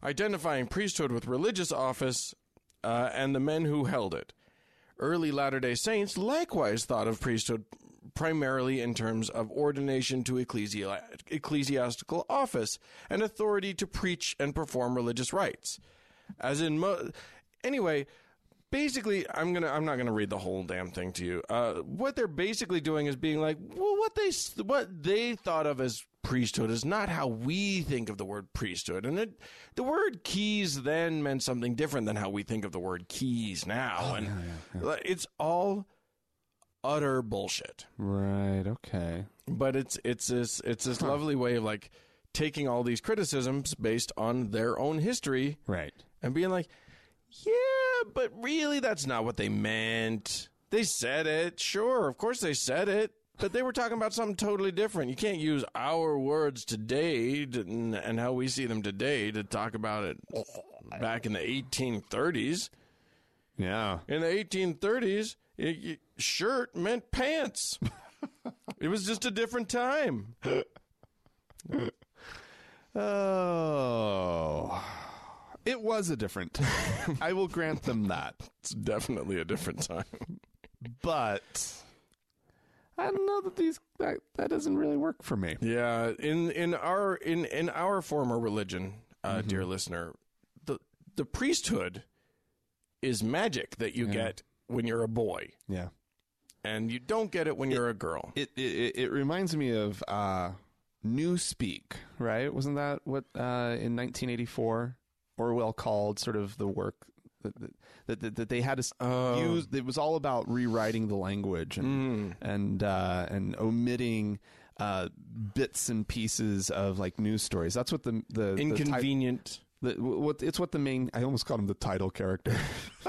Speaker 2: identifying priesthood with religious office uh, and the men who held it. Early Latter day Saints likewise thought of priesthood primarily in terms of ordination to ecclesi- ecclesiastical office and authority to preach and perform religious rites. As in, mo- anyway. Basically, I'm gonna. I'm not gonna read the whole damn thing to you. Uh, what they're basically doing is being like, well, what they s- what they thought of as priesthood is not how we think of the word priesthood. And it, the word keys then meant something different than how we think of the word keys now. and like, it's all utter bullshit.
Speaker 1: Right. Okay.
Speaker 2: But it's it's this it's this lovely way of like taking all these criticisms based on their own history
Speaker 1: Right.
Speaker 2: and being like, yeah, but really, that's not what they meant. They said it. Sure, of course they said it. But they were talking about something totally different. You can't use our words today to- and, and how we see them today to talk about it back in the 1830s.
Speaker 1: Yeah.
Speaker 2: In the 1830s, it, it- shirt meant pants. it was just a different time.
Speaker 1: Oh. It was a different time. I will grant them that.
Speaker 2: It's definitely a different time.
Speaker 1: But I don't know that these that, that doesn't really work for me.
Speaker 2: Yeah, in in our in in our former religion, uh,
Speaker 1: Mm-hmm.
Speaker 2: dear listener, the the priesthood is magic that you get when you're a boy,
Speaker 1: Yeah.
Speaker 2: and you don't get it when you're a girl.
Speaker 1: It it, it, it reminds me of uh New Speak, right? Wasn't that what uh in 1984 Orwell called sort of the work that that, that, that they had to s-
Speaker 2: Oh.
Speaker 1: use it was all about rewriting the language
Speaker 2: Mm.
Speaker 1: and and uh and omitting uh, bits and pieces of like news stories. That's what the the the tit-
Speaker 2: Inconvenient.
Speaker 1: The, wh- what it's what the main I almost called him the title character.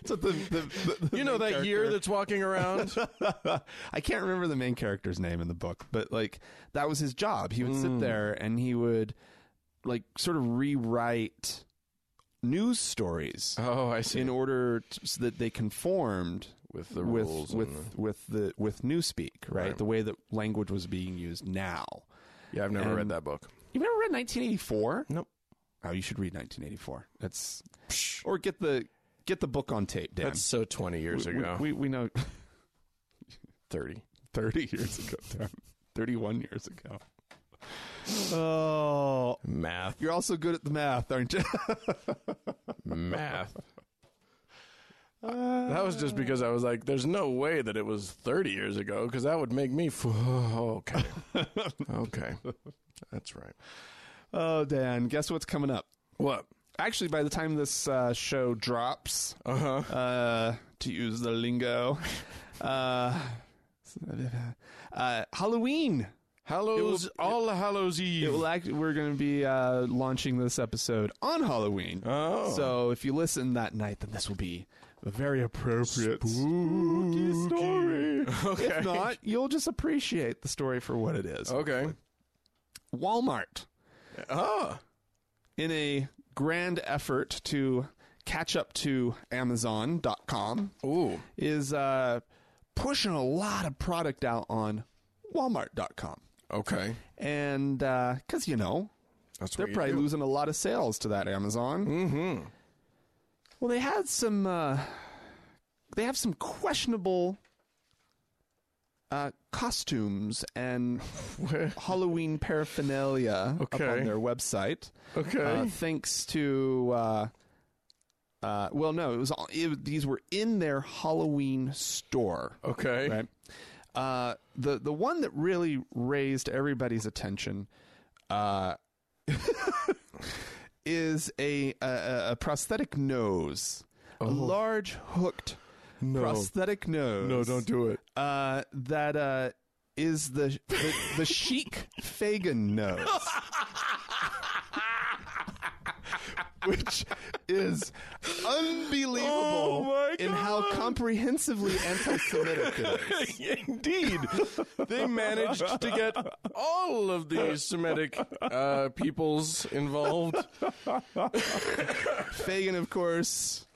Speaker 1: it's what the, the, the- the
Speaker 2: you know
Speaker 1: main
Speaker 2: that year
Speaker 1: character-
Speaker 2: that's walking around.
Speaker 1: I can't remember the main character's name in the book, but like that was his job. He would
Speaker 2: Hmm.
Speaker 1: sit there and he would like sort of rewrite news stories
Speaker 2: oh, I see.
Speaker 1: in order t so that they conformed
Speaker 2: With the
Speaker 1: with
Speaker 2: rules
Speaker 1: with
Speaker 2: and
Speaker 1: with the with newspeak, right?
Speaker 2: Right.
Speaker 1: The way that language was being used now.
Speaker 2: yeah, I've never read
Speaker 1: and-
Speaker 2: that book.
Speaker 1: You've never read 1984?
Speaker 2: Nope.
Speaker 1: Oh, you should read 1984. That's or get the get the book on tape, Dan.
Speaker 2: That's so twenty years
Speaker 1: We-
Speaker 2: ago.
Speaker 1: we we know
Speaker 2: Thirty.
Speaker 1: 30 years ago, Tom. 31 years ago. Oh,
Speaker 2: Math.
Speaker 1: you're also good at the math, aren't you?
Speaker 2: math. that was just because I was like, "There's no way that it was 30 years ago, because that would make me." F- oh, okay, okay, that's right.
Speaker 1: Oh, Dan, guess what's coming up?
Speaker 2: What?
Speaker 1: Actually, by the time this uh, show drops,
Speaker 2: Uh huh.
Speaker 1: uh, to use the lingo, uh, uh, Halloween.
Speaker 2: Hallows, all Hallows Eve.
Speaker 1: It will act, we're going to be uh, launching this episode on Halloween.
Speaker 2: oh,
Speaker 1: So if you listen that night, then this will be a very appropriate spooky story.
Speaker 2: Mm, okay,
Speaker 1: If not, you'll just appreciate the story for what it is.
Speaker 2: okay.
Speaker 1: Walmart,
Speaker 2: Oh,
Speaker 1: in a grand effort to catch up to Amazon.com,
Speaker 2: ooh,
Speaker 1: is uh, pushing a lot of product out on Walmart.com.
Speaker 2: okay.
Speaker 1: And because, you know,
Speaker 2: That's
Speaker 1: they're
Speaker 2: what you
Speaker 1: probably
Speaker 2: do.
Speaker 1: losing a lot of sales to that Amazon. Mm-hmm. Well, they had some. Uh, they have some questionable uh, costumes and Halloween paraphernalia up
Speaker 2: Okay.
Speaker 1: on their website.
Speaker 2: Okay.
Speaker 1: Uh, thanks to. Uh, uh, well, no, it was all, it, these were in their Halloween store
Speaker 2: okay.
Speaker 1: right? Uh, the the one that really raised everybody's attention uh, is a, a- a a prosthetic nose, a large hooked prosthetic nose.
Speaker 2: Oh. No, don't do it.
Speaker 1: Uh, that uh, is the the, the chic Fagin nose. Which is unbelievable
Speaker 2: Oh my
Speaker 1: in how comprehensively anti-Semitic it is.
Speaker 2: Indeed, they managed to get all of these Semitic uh, peoples involved.
Speaker 1: Fagin, of course,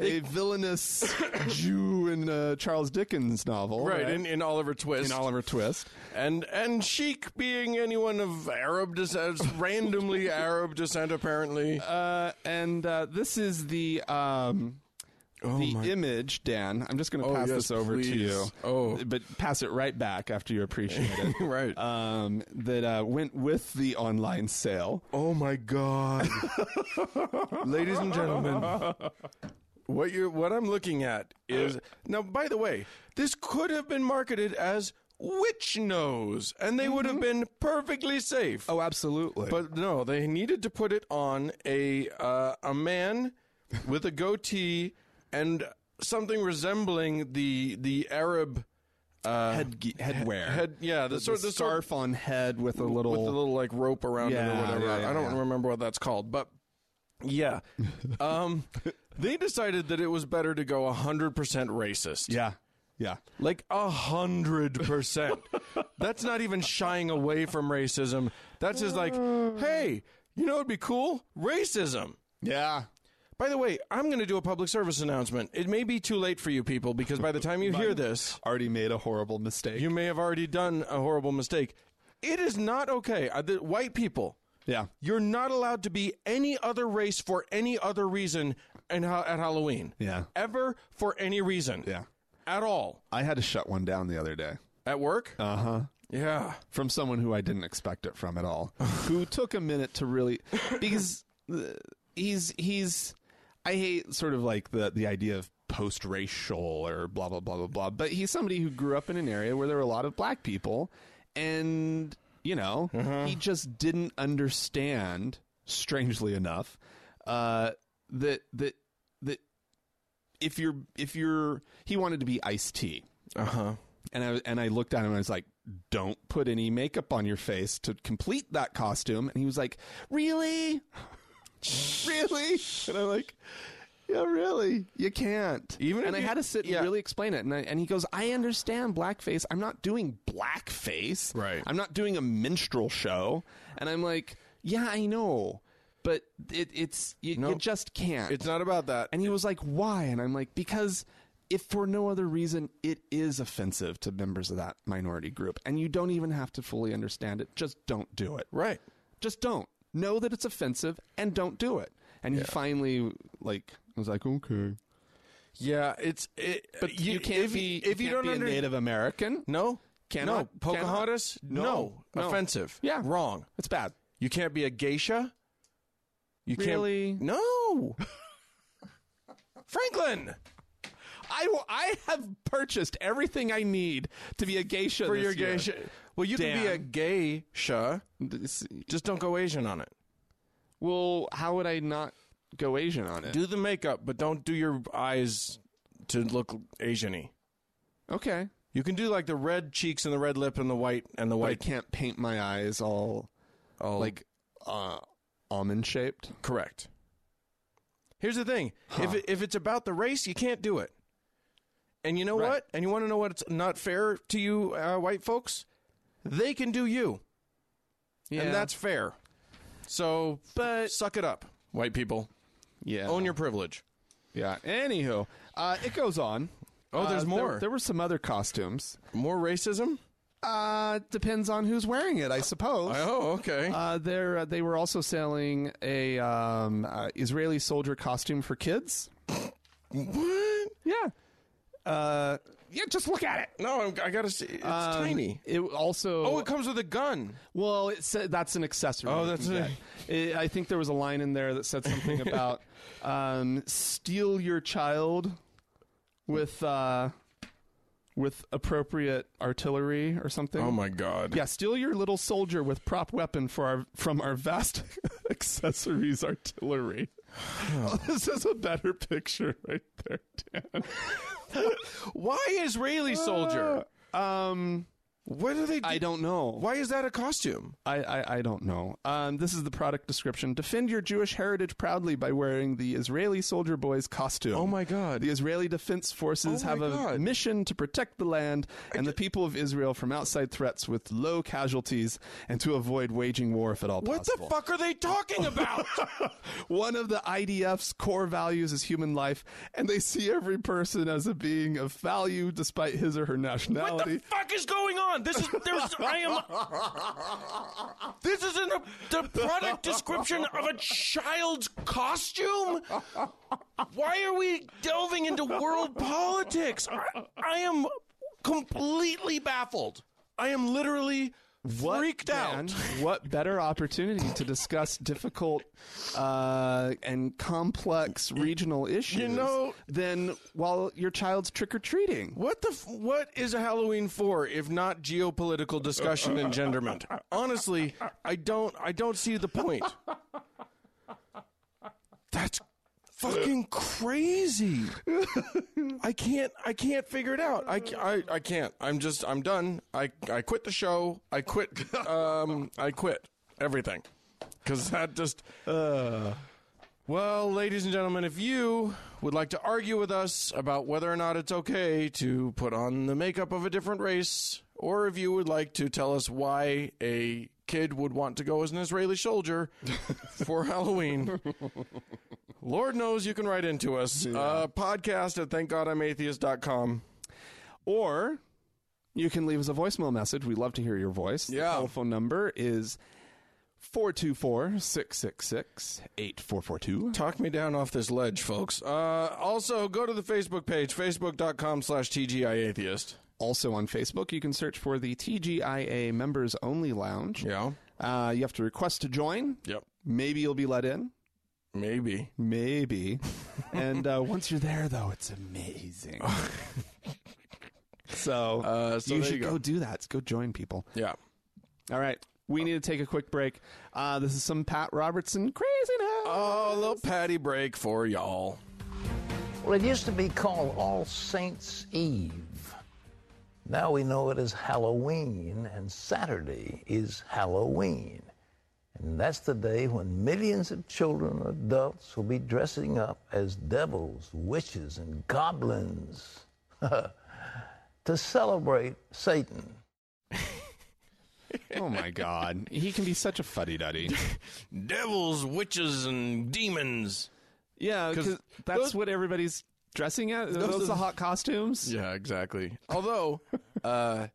Speaker 1: a villainous Jew in uh, Charles Dickens' novel, right?
Speaker 2: right, In, in Oliver Twist.
Speaker 1: In Oliver Twist.
Speaker 2: and and Sheik being anyone of Arab descent, randomly Arab descent, apparently.
Speaker 1: Uh, and uh, this is the um, the image, Dan. I'm just going to
Speaker 2: Oh,
Speaker 1: pass
Speaker 2: yes,
Speaker 1: this over to
Speaker 2: please.
Speaker 1: you.
Speaker 2: Oh.
Speaker 1: but pass it right back after you appreciate it.
Speaker 2: right.
Speaker 1: Um, that uh, went with the online sale.
Speaker 2: oh my God, ladies and gentlemen, what you are what I'm looking at is now. By the way, this could have been marketed as witch nose, and they would have been perfectly safe.
Speaker 1: Oh, absolutely.
Speaker 2: But no, they needed to put it on a uh, a man with a goatee and something resembling the the Arab uh,
Speaker 1: head headwear.
Speaker 2: head- yeah, the
Speaker 1: the,
Speaker 2: sort-
Speaker 1: the
Speaker 2: the sort-
Speaker 1: scarf on head with a little.
Speaker 2: with a little like rope around it or
Speaker 1: Yeah,
Speaker 2: whatever.
Speaker 1: yeah, yeah,
Speaker 2: I don't
Speaker 1: yeah.
Speaker 2: remember what that's called, but yeah, um, they decided that it was better to go hundred percent racist.
Speaker 1: yeah, yeah.
Speaker 2: Like a hundred percent. That's not even shying away from racism. That's just like, hey, you know, it'd be cool racism.
Speaker 1: Yeah.
Speaker 2: By the way, I'm going to do a public service announcement. It may be too late for you people because by the time you hear this,
Speaker 1: Already made a horrible mistake.
Speaker 2: you may have already done a horrible mistake. It is not okay. Uh, the white people,
Speaker 1: yeah.
Speaker 2: you're not allowed to be any other race for any other reason in, ha- at Halloween.
Speaker 1: Yeah.
Speaker 2: Ever for any reason.
Speaker 1: Yeah.
Speaker 2: At all.
Speaker 1: I had to shut one down the other day
Speaker 2: At work? Uh huh.
Speaker 1: Uh-huh.
Speaker 2: Yeah.
Speaker 1: from someone who I didn't expect it from at all, who took a minute to really because uh, he's he's I hate sort of like the the idea of post racial or blah blah blah blah blah, but he's somebody who grew up in an area where there were a lot of black people, and you know he just didn't understand, strangely enough, uh, that that that if you're if you're he wanted to be iced tea
Speaker 2: Uh
Speaker 1: Uh-huh.
Speaker 2: huh.
Speaker 1: and I and I looked at him and I was like, "Don't put any makeup on your face to complete that costume." And he was like, "Really, really?" And I'm like, "Yeah, really. You can't."
Speaker 2: Even
Speaker 1: and
Speaker 2: if
Speaker 1: I
Speaker 2: you-
Speaker 1: had to sit
Speaker 2: yeah.
Speaker 1: and really explain it. And I, and he goes, "I understand blackface. I'm not doing blackface.
Speaker 2: Right.
Speaker 1: I'm not doing a minstrel show." And I'm like, "Yeah, I know." But it, it's you, you
Speaker 2: Nope.
Speaker 1: just can't.
Speaker 2: It's not about that.
Speaker 1: And he was like, "Why?" And I'm like, "Because if for no other reason, it is offensive to members of that minority group, and you don't even have to fully understand it. Just don't do it.
Speaker 2: right.
Speaker 1: Just don't know that it's offensive and don't do it." And he finally like was like, "Okay,
Speaker 2: Yeah. It's. It,
Speaker 1: but you, can't
Speaker 2: if,
Speaker 1: be
Speaker 2: if you,
Speaker 1: can't
Speaker 2: don't
Speaker 1: be a
Speaker 2: under-
Speaker 1: Native American.
Speaker 2: No.
Speaker 1: Cannot.
Speaker 2: No. Pocahontas.
Speaker 1: Cannot.
Speaker 2: No.
Speaker 1: No. No.
Speaker 2: Offensive.
Speaker 1: Yeah.
Speaker 2: Wrong.
Speaker 1: It's bad.
Speaker 2: You can't be a geisha. You
Speaker 1: Really?
Speaker 2: can't. No. Franklin.
Speaker 1: I w- I have purchased everything I need to be a geisha
Speaker 2: For
Speaker 1: this
Speaker 2: your
Speaker 1: year.
Speaker 2: geisha. Well, you can
Speaker 1: Damn.
Speaker 2: be a geisha.
Speaker 1: This-
Speaker 2: Just don't go Asian on it.
Speaker 1: Well, how would I not go Asian on it?
Speaker 2: Do the makeup, but don't do your eyes to look Asian-y.
Speaker 1: okay.
Speaker 2: You can do like the red cheeks and the red lip and the white and the
Speaker 1: But I
Speaker 2: white.
Speaker 1: can't oh. paint my eyes all
Speaker 2: all
Speaker 1: like uh, almond shaped.
Speaker 2: Correct. Here's the thing: if it, if it's about the race, you can't do it. And you know
Speaker 1: Right.
Speaker 2: what? And you want to know what's not fair to you, uh, white folks? They can do you, and that's fair. So,
Speaker 1: But-
Speaker 2: suck it up, white people.
Speaker 1: yeah.
Speaker 2: Own your privilege.
Speaker 1: yeah. Anywho, uh, it goes on.
Speaker 2: Oh,
Speaker 1: Uh,
Speaker 2: there's
Speaker 1: there-
Speaker 2: more.
Speaker 1: There, were some other costumes.
Speaker 2: more racism.
Speaker 1: Uh, depends on who's wearing it, I suppose.
Speaker 2: Oh, okay.
Speaker 1: Uh, there, uh, they were also selling a um, uh, Israeli soldier costume for kids.
Speaker 2: what?
Speaker 1: Yeah. Uh, yeah. Just look at it.
Speaker 2: No, I'm, I gotta see. It's
Speaker 1: Um,
Speaker 2: tiny.
Speaker 1: It also.
Speaker 2: Oh, it comes with a gun.
Speaker 1: Well, it said that's an accessory.
Speaker 2: Oh,
Speaker 1: you
Speaker 2: that's
Speaker 1: can
Speaker 2: a-
Speaker 1: get. It, I think there was a line in there that said something about um, steal your child with uh, with appropriate artillery or something.
Speaker 2: Oh my god.
Speaker 1: Yeah, steal your little soldier with prop weapon for our from our vast accessories artillery. this is a better picture right there, Dan.
Speaker 2: Why Israeli soldier?
Speaker 1: Um,
Speaker 2: Ah. What do they? Do?
Speaker 1: I don't know.
Speaker 2: Why is that a costume?
Speaker 1: I, I, I don't know. Um, this is the product description. Defend your Jewish heritage proudly by wearing the Israeli soldier boy's costume.
Speaker 2: Oh my God.
Speaker 1: The Israeli Defense Forces
Speaker 2: Oh my
Speaker 1: have a
Speaker 2: God.
Speaker 1: mission to protect the land and the people of Israel from outside threats with low casualties and to avoid waging war if at all
Speaker 2: What
Speaker 1: possible.
Speaker 2: the fuck are they talking about?
Speaker 1: One of the IDF's core values is human life, and they see every person as a being of value despite his or her
Speaker 2: what
Speaker 1: nationality.
Speaker 2: the fuck is going on? This is there's I am. This is in the product description of a child's costume. Why are we delving into world politics? I, I am completely baffled. I am literally
Speaker 1: What,
Speaker 2: freaked
Speaker 1: man,
Speaker 2: out.
Speaker 1: what better opportunity to discuss difficult uh, and complex regional issues
Speaker 2: know-
Speaker 1: than while your child's trick or treating?
Speaker 2: What the f- what is a Halloween for if not geopolitical discussion and genderment? Honestly, I don't I don't see the point. That's fucking crazy. I can't. I can't figure it out. I, I, I can't. I'm just. I'm done. I I quit the show. I quit. Um. I quit everything. Because that just. Well, ladies and gentlemen, if you would like to argue with us about whether or not it's okay to put on the makeup of a different race, or if you would like to tell us why a kid would want to go as an Israeli soldier for Halloween, Lord knows you can write into us. Uh, podcast at thankgodimatheist.com.
Speaker 1: Or you can leave us a voicemail message. We'd love to hear your voice.
Speaker 2: Yeah.
Speaker 1: The telephone number is 424 666 8442.
Speaker 2: Talk me down off this ledge, folks. Uh, also, go to the Facebook page, facebook.com slash TGIAtheist.
Speaker 1: Also on Facebook, you can search for the TGIA Members Only Lounge.
Speaker 2: Yeah.
Speaker 1: Uh, you have to request to join.
Speaker 2: Yep.
Speaker 1: Maybe you'll be let in.
Speaker 2: Maybe.
Speaker 1: Maybe. and uh, once you're there, though, it's amazing. so,
Speaker 2: Uh, so
Speaker 1: you
Speaker 2: there
Speaker 1: should
Speaker 2: you go.
Speaker 1: go do that. Go join people.
Speaker 2: Yeah.
Speaker 1: All right. We need to take a quick break. Uh, this is some Pat Robertson craziness.
Speaker 2: Oh, a little patty break for y'all.
Speaker 4: Well, it used to be called All Saints' Eve. Now we know it as Halloween, and Saturday is Halloween. And that's the day when millions of children and adults will be dressing up as devils, witches, and goblins to celebrate Satan.
Speaker 1: Oh my God, he can be such a fuddy duddy.
Speaker 2: Devils, witches, and demons.
Speaker 1: Yeah,
Speaker 2: 'Cause
Speaker 1: because that's
Speaker 2: those-
Speaker 1: what everybody's dressing at. Are Those,
Speaker 2: those-
Speaker 1: the hot costumes.
Speaker 2: Yeah, exactly. Although
Speaker 1: Uh,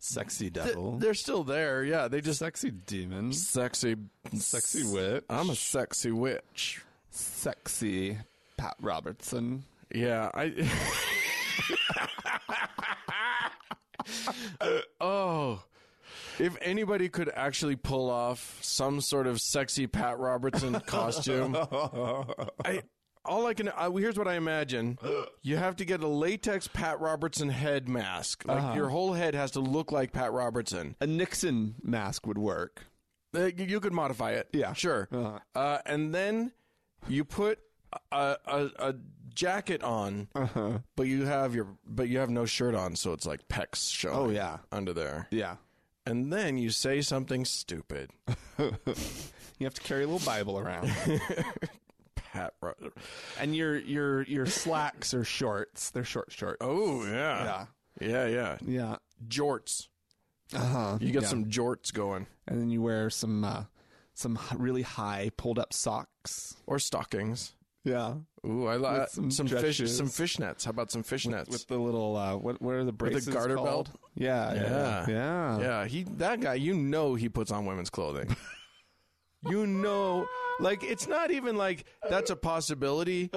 Speaker 1: Sexy
Speaker 2: th- Oh, they're still there. Yeah, they just
Speaker 1: sexy demon,
Speaker 2: sexy,
Speaker 1: sexy witch,
Speaker 2: I'm a sexy witch.
Speaker 1: sexy Pat Robertson.
Speaker 2: Yeah, I. oh, if anybody could actually pull off some sort of sexy Pat Robertson costume, I. All I can I, here's what I imagine: you have to get a latex Pat Robertson head mask. Like your whole head has to look like Pat Robertson.
Speaker 1: A Nixon mask would work.
Speaker 2: Uh, you- you could modify it.
Speaker 1: Yeah.
Speaker 2: sure.
Speaker 1: Uh-huh.
Speaker 2: Uh, and then you put a a, a jacket on,
Speaker 1: Uh-huh.
Speaker 2: but you have your but you have no shirt on, so it's like pecs showing.
Speaker 1: Oh, yeah.
Speaker 2: under there.
Speaker 1: Yeah,
Speaker 2: And then you say something stupid.
Speaker 1: you have to carry a little Bible around,
Speaker 2: Pat. Ro-
Speaker 1: and your your your slacks are shorts. They're short shorts.
Speaker 2: oh yeah.
Speaker 1: Yeah.
Speaker 2: Yeah. Yeah.
Speaker 1: Yeah,
Speaker 2: Jorts.
Speaker 1: uh huh.
Speaker 2: You get some jorts going
Speaker 1: and then you wear some uh, some h- really high pulled up socks.
Speaker 2: or stockings.
Speaker 1: Yeah,
Speaker 2: Ooh, I like
Speaker 1: With
Speaker 2: some,
Speaker 1: some
Speaker 2: fish.
Speaker 1: dresses.
Speaker 2: Some fishnets. How about some fishnets?
Speaker 1: with the little uh, what what are the braces
Speaker 2: garter
Speaker 1: called?
Speaker 2: belt?
Speaker 1: Yeah,
Speaker 2: Yeah.
Speaker 1: yeah, yeah.
Speaker 2: Yeah, he that guy, you know he puts on women's clothing. you know like it's not even like that's a possibility.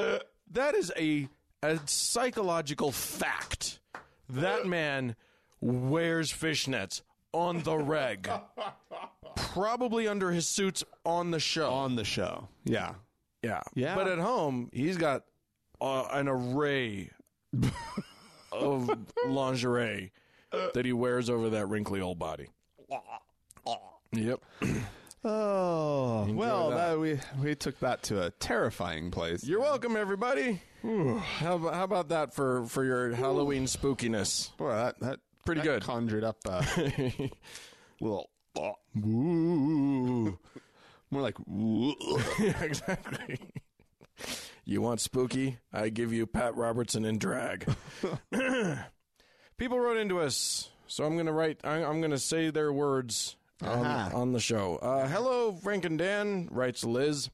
Speaker 2: That is a a psychological fact. That man wears fishnets on the reg. Probably under his suits on the show.
Speaker 1: On the show, yeah,
Speaker 2: yeah.
Speaker 1: Yeah.
Speaker 2: But at home, he's got uh, an array of lingerie that he wears over that wrinkly old body. Yep.
Speaker 1: Oh well, that. we we took that to a terrifying place.
Speaker 2: You're welcome, everybody. How, ab- how about that for, for your Halloween spookiness?
Speaker 1: Boy, that that
Speaker 2: Pretty
Speaker 1: that
Speaker 2: good.
Speaker 1: conjured up a little
Speaker 2: Ooh.
Speaker 1: more like
Speaker 2: exactly. You want spooky? I give you Pat Robertson in drag. People wrote into us, so I'm gonna write. I, I'm gonna say their words on,
Speaker 1: Uh-huh.
Speaker 2: on the show. Uh, Hello, Frank and Dan writes Liz.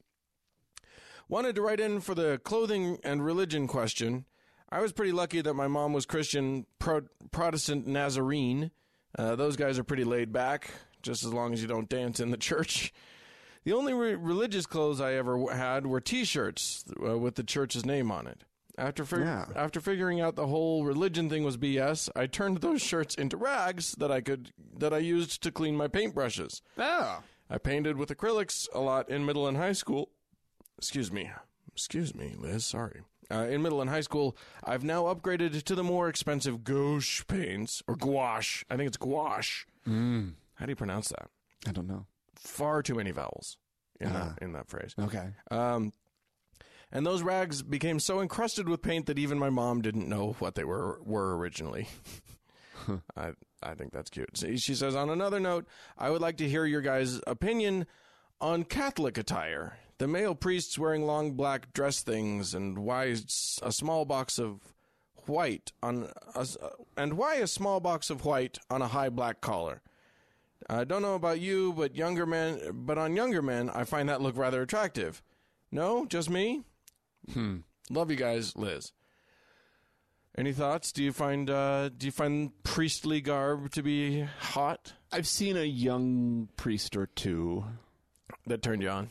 Speaker 2: Wanted to write in for the clothing and religion question. I was pretty lucky that my mom was Christian Pro- Protestant Nazarene. Uh, those guys are pretty laid back, just as long as you don't dance in the church. The only re- religious clothes I ever w- had were T-shirts uh, with the church's name on it. After fig-
Speaker 1: Yeah.
Speaker 2: after figuring out the whole religion thing was BS, I turned those shirts into rags that I could that I used to clean my paintbrushes.
Speaker 1: oh
Speaker 2: I painted with acrylics a lot in middle and high school. Excuse me. Excuse me, Liz. Sorry. Uh, in middle and high school, I've now upgraded to the more expensive gouache paints, or gouache. I think it's gouache. How do you pronounce that?
Speaker 1: I don't know. Uh,
Speaker 2: Far too many vowels in, that, in that phrase.
Speaker 1: Okay,
Speaker 2: Um, and those rags became so encrusted with paint that even my mom didn't know what they were were originally. I I think that's cute. See, she says on another note, I would like to hear your guys' opinion on Catholic attire. The male priests wearing long black dress things and why s- a small box of white on a s- uh, and why a small box of white on a high black collar. I don't know about you, but younger men, but on younger men, I find that look rather attractive. No, just me. Hmm. Love you guys, Liz. Any thoughts? Do you find uh, do you find priestly garb to be hot?
Speaker 1: I've seen a young priest or two. Mm,
Speaker 2: That turned you on,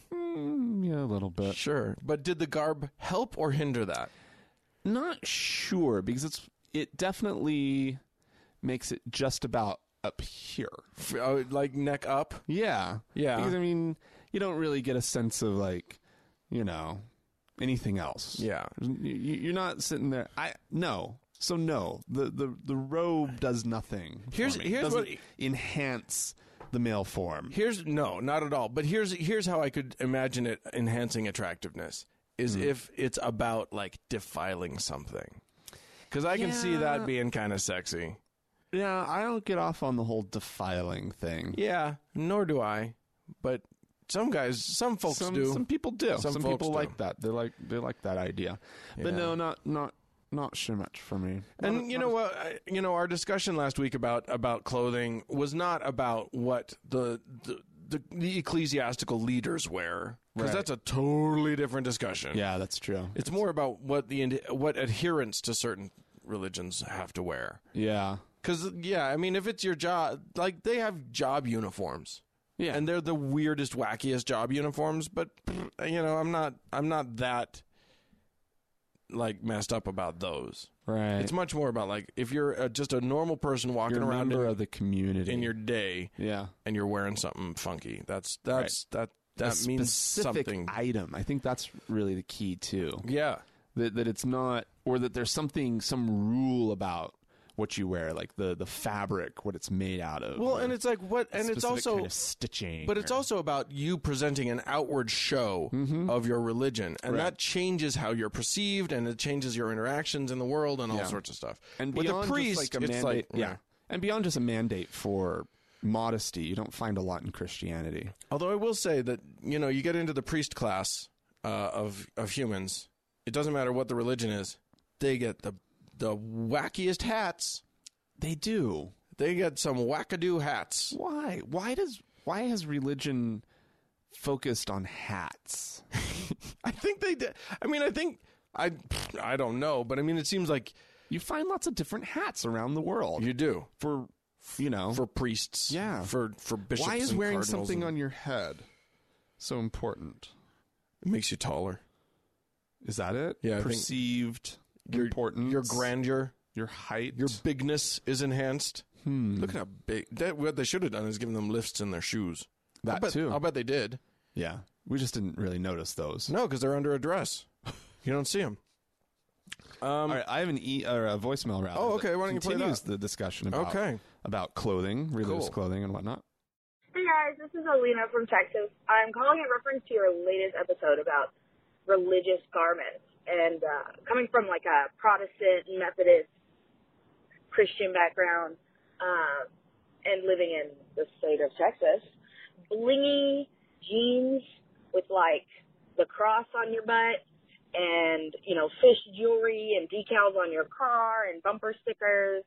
Speaker 1: Yeah, a little bit.
Speaker 2: Uh, sure. But did the garb help or hinder that?
Speaker 1: Not sure because it's it definitely makes it just about up here.
Speaker 2: F- uh, like neck up?
Speaker 1: Yeah,
Speaker 2: Yeah.
Speaker 1: Because I mean, you don't really get a sense of like, you know, anything else.
Speaker 2: Yeah.
Speaker 1: You- you- you're not sitting there. I no. So no, the the the robe does nothing. for
Speaker 2: Here's-
Speaker 1: me.
Speaker 2: here's
Speaker 1: Doesn't
Speaker 2: what-
Speaker 1: enhance the male form.
Speaker 2: Here's no, not at all. But here's here's how I could imagine it enhancing attractiveness is if it's about like defiling something. Because I can see that
Speaker 1: Yeah.
Speaker 2: being kind of sexy.
Speaker 1: Yeah, I don't get off on the whole defiling thing.
Speaker 2: Yeah, nor do I. But some guys, some folks
Speaker 1: some,
Speaker 2: do.
Speaker 1: Some people do.
Speaker 2: Some
Speaker 1: Some,
Speaker 2: folks
Speaker 1: people
Speaker 2: do.
Speaker 1: like that. They like they like that idea. But
Speaker 2: Yeah.
Speaker 1: no, not not not so much for me. Not
Speaker 2: and
Speaker 1: a-
Speaker 2: you
Speaker 1: not
Speaker 2: know what? I- You know, our discussion last week about about clothing was not about what the the, the, the ecclesiastical leaders wear because
Speaker 1: Right.
Speaker 2: that's a totally different discussion.
Speaker 1: a- yeah, that's true.
Speaker 2: It's more about what the ind- what adherents to certain religions have to wear.
Speaker 1: yeah,
Speaker 2: Because yeah, I mean, if it's your job, like they have job uniforms.
Speaker 1: Yeah.
Speaker 2: and they're the weirdest, wackiest job uniforms. But pfft, you know, I'm not I'm not that like messed up about those.
Speaker 1: right.
Speaker 2: It's much more about like if you're uh, just a normal person walking
Speaker 1: you're a
Speaker 2: around
Speaker 1: member
Speaker 2: in,
Speaker 1: of the community.
Speaker 2: in your day
Speaker 1: yeah,
Speaker 2: and you're wearing something funky. That's that's that that
Speaker 1: A
Speaker 2: means
Speaker 1: specific
Speaker 2: something.
Speaker 1: item. I think that's really the key too.
Speaker 2: yeah,
Speaker 1: That that it's not, or that there's something, some rule about what you wear, like the the fabric, what it's made out of.
Speaker 2: Well,
Speaker 1: or
Speaker 2: and it's like what,
Speaker 1: a
Speaker 2: and it's
Speaker 1: specific
Speaker 2: also
Speaker 1: kind of stitching.
Speaker 2: But it's
Speaker 1: or-
Speaker 2: also about you presenting an outward show of your religion, and that changes how you're perceived, and it changes your interactions in the world, and all
Speaker 1: Yeah.
Speaker 2: sorts of stuff.
Speaker 1: and
Speaker 2: with a
Speaker 1: beyond just,
Speaker 2: priest,
Speaker 1: like a
Speaker 2: it's
Speaker 1: mandate,
Speaker 2: like
Speaker 1: yeah. And beyond just a mandate for modesty, you don't find a lot in Christianity.
Speaker 2: Although I will say that you know you get into the priest class uh, of of humans, it doesn't matter what the religion is, they get the the wackiest hats.
Speaker 1: They do.
Speaker 2: They get some wackadoo hats.
Speaker 1: Why? Why does why has religion focused on hats?
Speaker 2: I think they did. I mean, I think I I don't know, but I mean, it seems like
Speaker 1: You find lots of different hats around the world
Speaker 2: you do.
Speaker 1: for you know
Speaker 2: for priests.
Speaker 1: Yeah.
Speaker 2: For for bishops.
Speaker 1: why is
Speaker 2: and
Speaker 1: wearing
Speaker 2: cardinals
Speaker 1: something
Speaker 2: and-
Speaker 1: on your head so important?
Speaker 2: It makes you taller.
Speaker 1: Is that it?
Speaker 2: Yeah, I think-
Speaker 1: perceived importance.
Speaker 2: Your grandeur,
Speaker 1: your height,
Speaker 2: your bigness is enhanced.
Speaker 1: Hmm.
Speaker 2: Look at how big. That, what they should have done is given them lifts in their shoes. I'll
Speaker 1: that
Speaker 2: bet,
Speaker 1: too.
Speaker 2: I'll bet they did.
Speaker 1: yeah, we just didn't really notice those.
Speaker 2: No, because they're under a dress. you don't see them. Um,
Speaker 1: All right, I have an e or a voicemail rather.
Speaker 2: Oh,
Speaker 1: that
Speaker 2: okay, why don't you play
Speaker 1: continues
Speaker 2: that?
Speaker 1: the discussion about
Speaker 2: Okay.
Speaker 1: about clothing, religious
Speaker 2: Cool.
Speaker 1: clothing, and whatnot?
Speaker 5: Hey guys, this is Alina from Texas. I'm calling in reference to your latest episode about religious garments. And uh, coming from like a Protestant, Methodist, Christian background, uh, and living in the state of Texas, blingy jeans with like the cross on your butt and, you know, fish jewelry and decals on your car and bumper stickers.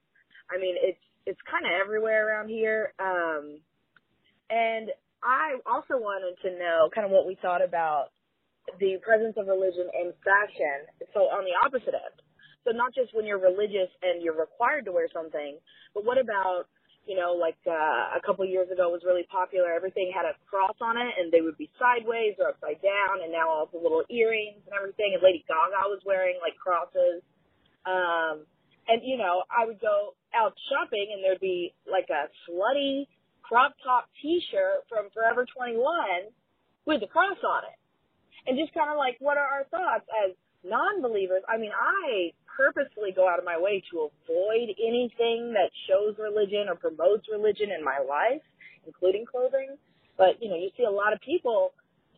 Speaker 5: I mean, it's, it's kind of everywhere around here. Um, and I also wanted to know kind of what we thought about the presence of religion in fashion. So on the opposite end. So not just when you're religious and you're required to wear something, but what about, you know, like uh, a couple years ago was really popular. Everything had a cross on it and they would be sideways or upside down and now all the little earrings and everything. And Lady Gaga was wearing like crosses. Um, and you know, I would go out shopping and there'd be like a slutty crop top t-shirt from Forever 21 with a cross on it. And just kind of like, what are our thoughts as non-believers? I mean, I purposely go out of my way to avoid anything that shows religion or promotes religion in my life, including clothing. But, you know, you see a lot of people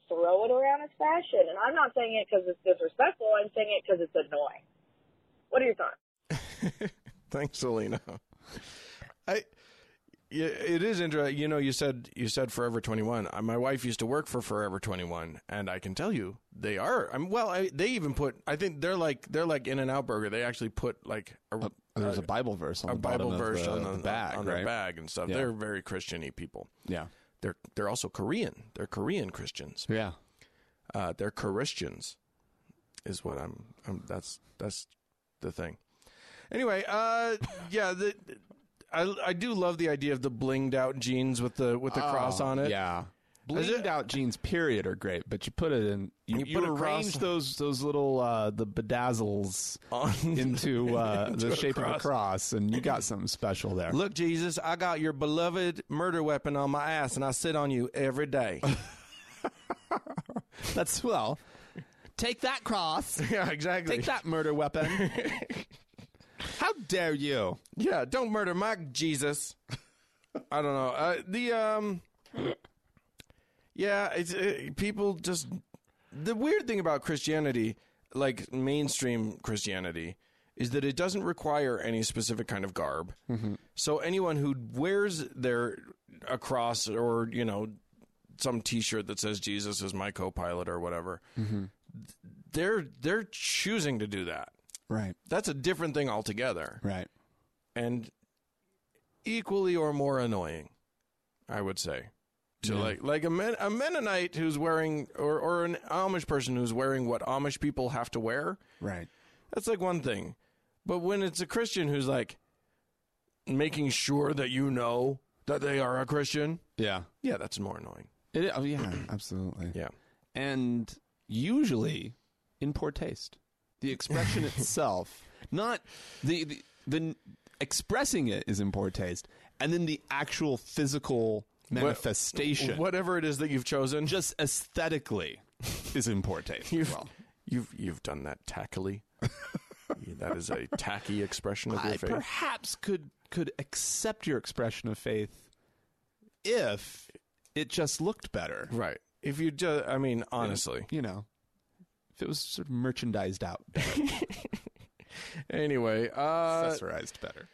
Speaker 5: throw it around as fashion. And I'm not saying it because it's disrespectful. I'm saying it because it's annoying. What are your thoughts?
Speaker 2: Thanks, Alina. I yeah, it is interesting. You know, you said you said Forever Twenty One. My wife used to work for Forever Twenty One, and I can tell you they are. I'm well. I, they even put. I think they're like they're like In and Out Burger. They actually put like a,
Speaker 1: There's a Bible verse on
Speaker 2: Uh, a
Speaker 1: the bottom
Speaker 2: Bible
Speaker 1: of
Speaker 2: verse
Speaker 1: the,
Speaker 2: on the,
Speaker 1: the bag,
Speaker 2: on
Speaker 1: right?
Speaker 2: their bag and stuff.
Speaker 1: Yeah.
Speaker 2: They're very Christiany people.
Speaker 1: Yeah,
Speaker 2: They're they're also Korean. They're Korean Christians.
Speaker 1: yeah.
Speaker 2: Uh, they're Christians, is what I'm. I'm that's that's the thing. Anyway, uh, yeah, the, I I do love the idea of the blinged out jeans with the with the cross on it.
Speaker 1: Oh, Yeah.
Speaker 2: Is it-
Speaker 1: Blinged out jeans, period, are great, but you put it in. You,
Speaker 2: You
Speaker 1: you,
Speaker 2: put a
Speaker 1: arrange
Speaker 2: cross-
Speaker 1: those those little uh, the bedazzles
Speaker 2: On-
Speaker 1: into, uh,
Speaker 2: into a
Speaker 1: the shape of
Speaker 2: cross.
Speaker 1: a cross, and you got something special there.
Speaker 2: Look, Jesus, I got your beloved murder weapon on my ass, and I sit on you every day.
Speaker 1: That's well. Take that cross.
Speaker 2: yeah, exactly.
Speaker 1: Take that murder weapon. How dare you?
Speaker 2: Yeah, don't murder my Jesus. I don't know. Uh, the um, yeah, it's it, people just the weird thing about Christianity, like mainstream Christianity, is that it doesn't require any specific kind of garb. So anyone who wears their a cross or you know some T-shirt that says Jesus is my co-pilot or whatever, th- they're they're choosing to do that.
Speaker 1: Right,
Speaker 2: That's a different thing altogether
Speaker 1: right.
Speaker 2: and equally or more annoying, I would say. To like like a, Men- a Mennonite who's wearing or or an Amish person who's wearing what Amish people have to wear,
Speaker 1: Right.
Speaker 2: that's like one thing. But when it's a Christian who's like making sure that you know that they are a Christian,
Speaker 1: Yeah.
Speaker 2: yeah, that's more annoying.
Speaker 1: It, oh, yeah, absolutely.
Speaker 2: Yeah.
Speaker 1: And usually in poor taste. The expression itself, not the, the, the expressing it is in poor taste, and then the actual physical manifestation,
Speaker 2: Whatever it is that you've chosen,
Speaker 1: just aesthetically, is in poor taste.
Speaker 2: you've you've you've done that tackily. Yeah, that is a tacky expression of your
Speaker 1: I
Speaker 2: face.
Speaker 1: perhaps could could accept your expression of faith if it just looked better.
Speaker 2: Right. If you just, I mean, honestly.
Speaker 1: You know, if it was sort of merchandised out,
Speaker 2: Anyway, uh,
Speaker 1: accessorized better.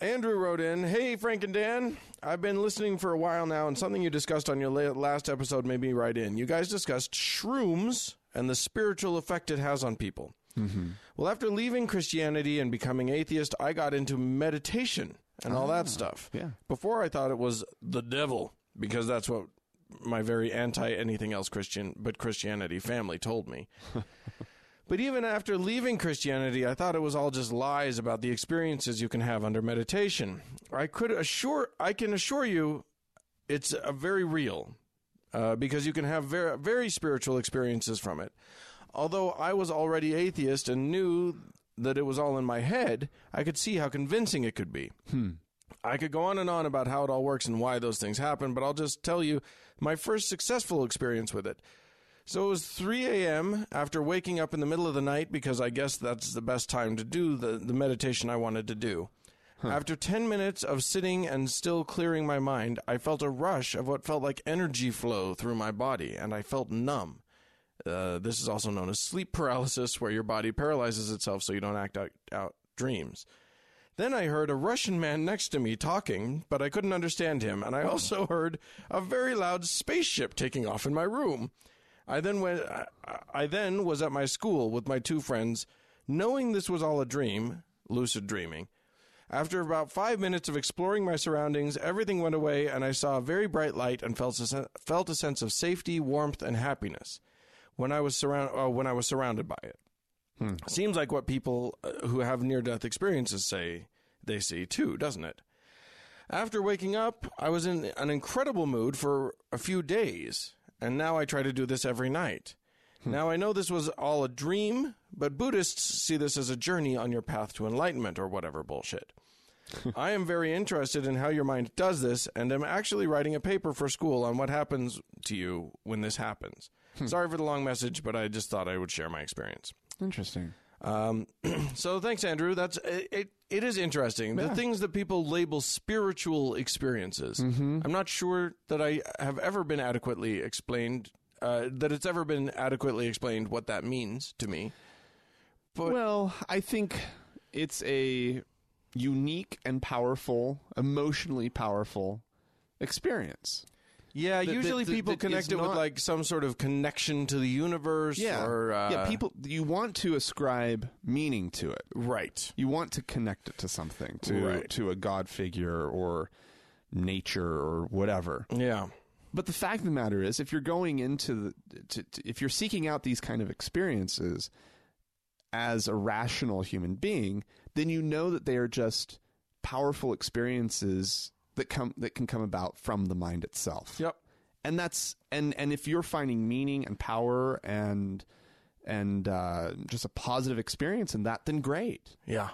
Speaker 2: Andrew wrote in Hey, Frank and Dan. I've been listening for a while now, and something you discussed on your la- last episode made me write in. You guys discussed shrooms and the spiritual effect it has on people. Well, after leaving Christianity and becoming atheist, I got into meditation and all that stuff.
Speaker 1: yeah.
Speaker 2: Before I thought it was the devil because that's what my very anti anything else Christian but Christianity family told me. but even after leaving Christianity, I thought it was all just lies about the experiences you can have under meditation. I could assure I can assure you it's a very real uh, because you can have very, very spiritual experiences from it. Although I was already atheist and knew that it was all in my head, I could see how convincing it could be. I could go on and on about how it all works and why those things happen, but I'll just tell you my first successful experience with it. So it was 3 a.m. after waking up in the middle of the night because I guess that's the best time to do the, the meditation I wanted to do. After 10 minutes of sitting and still clearing my mind, I felt a rush of what felt like energy flow through my body, and I felt numb. Uh, this is also known as sleep paralysis, where your body paralyzes itself so you don't act out, out dreams. Then I heard a Russian man next to me talking, but I couldn't understand him, and I also heard a very loud spaceship taking off in my room. I then went. I, I then was at my school with my two friends, knowing this was all a dream, lucid dreaming. After about five minutes of exploring my surroundings, everything went away, and I saw a very bright light and felt a, sen- felt a sense of safety, warmth, and happiness when I was surround uh, when I was surrounded by it. Seems like what people uh, who have near death experiences say they see too, doesn't it? After waking up, I was in an incredible mood for a few days, and now I try to do this every night. Now I know this was all a dream, but Buddhists see this as a journey on your path to enlightenment or whatever bullshit. I am very interested in how your mind does this, and am actually writing a paper for school on what happens to you when this happens. Sorry for the long message, but I just thought I would share my experience.
Speaker 1: Interesting.
Speaker 2: So thanks, Andrew. That's it. It, it is interesting the things that people label Mm-hmm. spiritual experiences. I'm not sure that I have ever been adequately explained uh, that it's ever been adequately explained what that means to me. But
Speaker 1: Well, I think it's a unique and powerful, emotionally powerful experience.
Speaker 2: yeah,
Speaker 1: that-
Speaker 2: usually
Speaker 1: that-
Speaker 2: people
Speaker 1: that
Speaker 2: connect
Speaker 1: is
Speaker 2: it with
Speaker 1: not-
Speaker 2: like some sort of connection to the universe. or, uh,
Speaker 1: yeah, people you want to ascribe meaning to it.
Speaker 2: Right.
Speaker 1: You want to connect it to something, to
Speaker 2: Right.
Speaker 1: to a god figure or nature or whatever.
Speaker 2: Yeah.
Speaker 1: But the fact of the matter is, if you're going into the, to, to, if you're seeking out these kind of experiences as a rational human being, then you know that they are just powerful experiences that come that can come about from the mind itself.
Speaker 2: Yep.
Speaker 1: And that's and and if you're finding meaning and power and and uh, just a positive experience in that, then great.
Speaker 2: Yeah.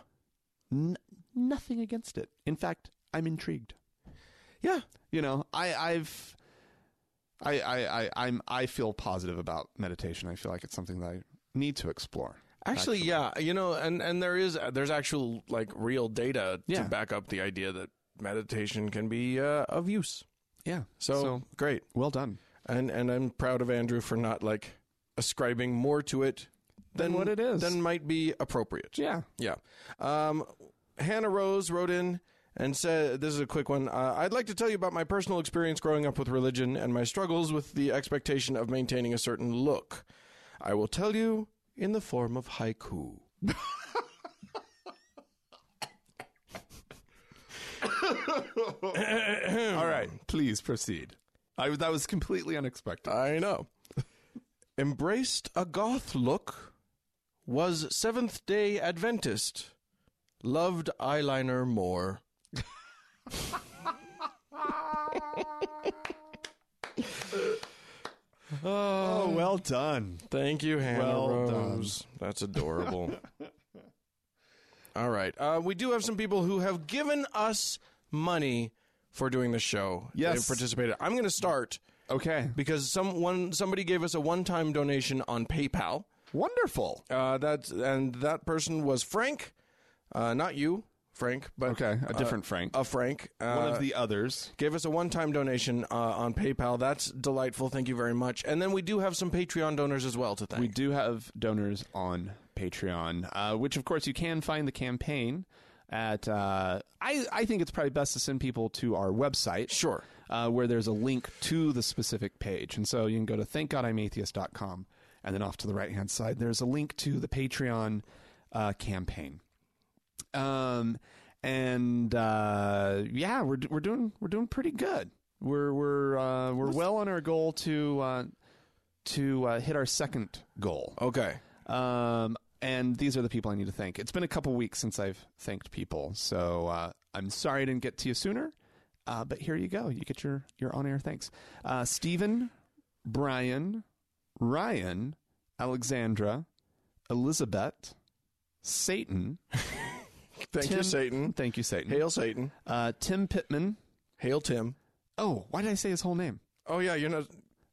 Speaker 1: N- nothing against it. In fact, I'm intrigued
Speaker 2: Yeah.
Speaker 1: you know i i've I, I i i'm i feel positive about meditation i feel like it's something that i need to explore
Speaker 2: Actually, yeah, you know, and and there is uh, there's actual like real data
Speaker 1: Yeah.
Speaker 2: to back up the idea that meditation can be uh, of use.
Speaker 1: yeah
Speaker 2: So, great,
Speaker 1: well done
Speaker 2: and and I'm proud of Andrew for not like ascribing more to it
Speaker 1: Than what it is.
Speaker 2: than might be appropriate.
Speaker 1: yeah
Speaker 2: Yeah. Um, Hannah Rose wrote in and said, This is a quick one. Uh, I'd like to tell you about my personal experience growing up with religion and my struggles with the expectation of maintaining a certain look. I will tell you in the form of haiku.
Speaker 1: all right please proceed I, that was completely unexpected
Speaker 2: I know. Embraced a goth look, was Seventh day Adventist, loved eyeliner more.
Speaker 1: oh well done
Speaker 2: Thank you, Hannah
Speaker 1: Well
Speaker 2: Rose. That's adorable. All right. Uh, we do have some people who have given us money for doing the show.
Speaker 1: Yes.
Speaker 2: They've participated. I'm going to start
Speaker 1: okay
Speaker 2: because someone somebody gave us a one-time donation on PayPal.
Speaker 1: wonderful
Speaker 2: Uh, that and that person was Frank, uh, not you, Frank, but
Speaker 1: okay a different frank
Speaker 2: uh, a Frank. Uh,
Speaker 1: one of the others
Speaker 2: gave us a one-time donation uh, on PayPal. That's delightful. Thank you very much. And then we do have some Patreon donors as well to thank.
Speaker 1: we do have donors on patreon uh, which of course you can find the campaign at uh, I, I think it's probably best to send people to our website
Speaker 2: Sure.
Speaker 1: uh, where there's a link to the specific page. And so you can go to thankgodimatheist.com and then off to the right hand side, there's a link to the Patreon uh, campaign. Um, and uh, yeah, we're, we're doing we're doing pretty good. We're we're uh, we're well on our goal to uh, to uh, hit our second goal.
Speaker 2: Okay.
Speaker 1: Um, and these are the people I need to thank. It's been a couple weeks since I've thanked people, so uh, I'm sorry I didn't get to you sooner. Uh, but here you go. You get your your on air thanks. Uh, Stephen, Brian, Ryan, Alexandra, Elizabeth, Satan.
Speaker 2: Thank you,
Speaker 1: Tim-
Speaker 2: Satan.
Speaker 1: Thank you, Satan.
Speaker 2: Hail Satan.
Speaker 1: Uh, Tim Pittman.
Speaker 2: Hail Tim.
Speaker 1: Oh, why did I say his whole name?
Speaker 2: Oh yeah, you're not.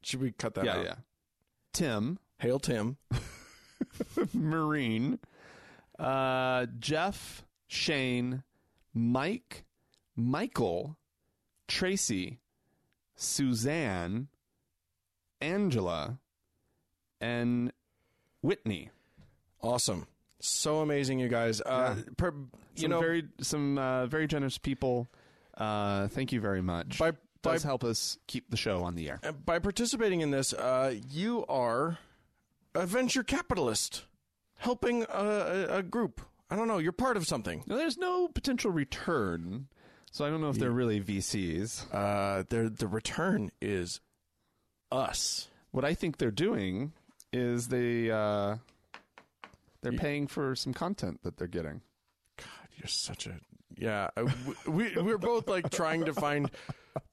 Speaker 2: Should we cut that? out?
Speaker 1: Tim.
Speaker 2: Hail Tim.
Speaker 1: Marine, uh, Jeff, Shane, Mike, Michael, Tracy, Suzanne, Angela, and Whitney.
Speaker 2: Awesome. So amazing, you guys. Uh, per,
Speaker 1: Some
Speaker 2: you know,
Speaker 1: very some uh, very generous people. Uh, thank you very much.
Speaker 2: By-
Speaker 1: Does
Speaker 2: by-
Speaker 1: help us keep the show on the air.
Speaker 2: by participating in this, uh, you are a venture capitalist helping a, a, a group. I don't know. You're part of something.
Speaker 1: Now, there's no potential return, so I don't know if they're really VCs.
Speaker 2: Uh, the the return is us.
Speaker 1: what I think they're doing is they uh, they're paying for some content that they're getting.
Speaker 2: You're such a yeah. I- We we're both like trying to find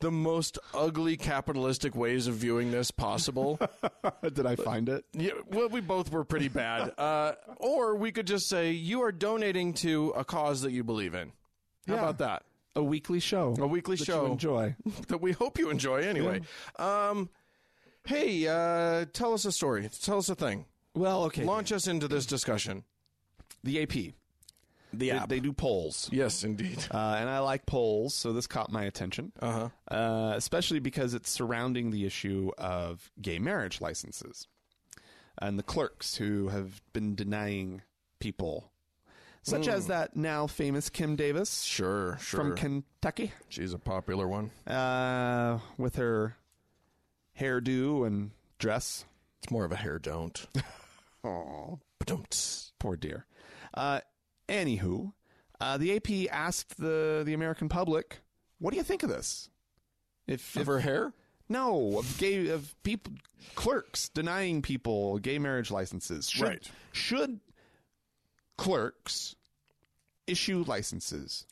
Speaker 2: the most ugly capitalistic ways of viewing this possible.
Speaker 1: Did I find it?
Speaker 2: Yeah, well, we both were pretty bad. Uh, or we could just say you are donating to a cause that you believe in. How
Speaker 1: Yeah.
Speaker 2: about that?
Speaker 1: A weekly show.
Speaker 2: A weekly
Speaker 1: that
Speaker 2: show.
Speaker 1: You enjoy.
Speaker 2: That we hope you enjoy anyway. Um, hey, uh, tell us a story. Tell us a thing.
Speaker 1: Well, okay.
Speaker 2: Launch us into this discussion.
Speaker 1: the AP.
Speaker 2: The
Speaker 1: they,
Speaker 2: app.
Speaker 1: they do polls.
Speaker 2: Yes, indeed.
Speaker 1: Uh, and I like polls, so this caught my attention.
Speaker 2: Uh-huh.
Speaker 1: Uh, especially because it's surrounding the issue of gay marriage licenses and the clerks who have been denying people, such as that now famous Kim Davis
Speaker 2: Sure, sure.
Speaker 1: from Kentucky,
Speaker 2: She's a popular one.
Speaker 1: uh, with her hairdo and dress.
Speaker 2: It's more of a hair don't.
Speaker 1: Oh,
Speaker 2: Don't.
Speaker 1: poor dear. Uh, anywho, uh, the AP asked the the American public, "What do you think of this?" If, if
Speaker 2: Of her hair?
Speaker 1: No, of gay of people clerks denying people gay marriage licenses. Should,
Speaker 2: Right.
Speaker 1: Should clerks issue licenses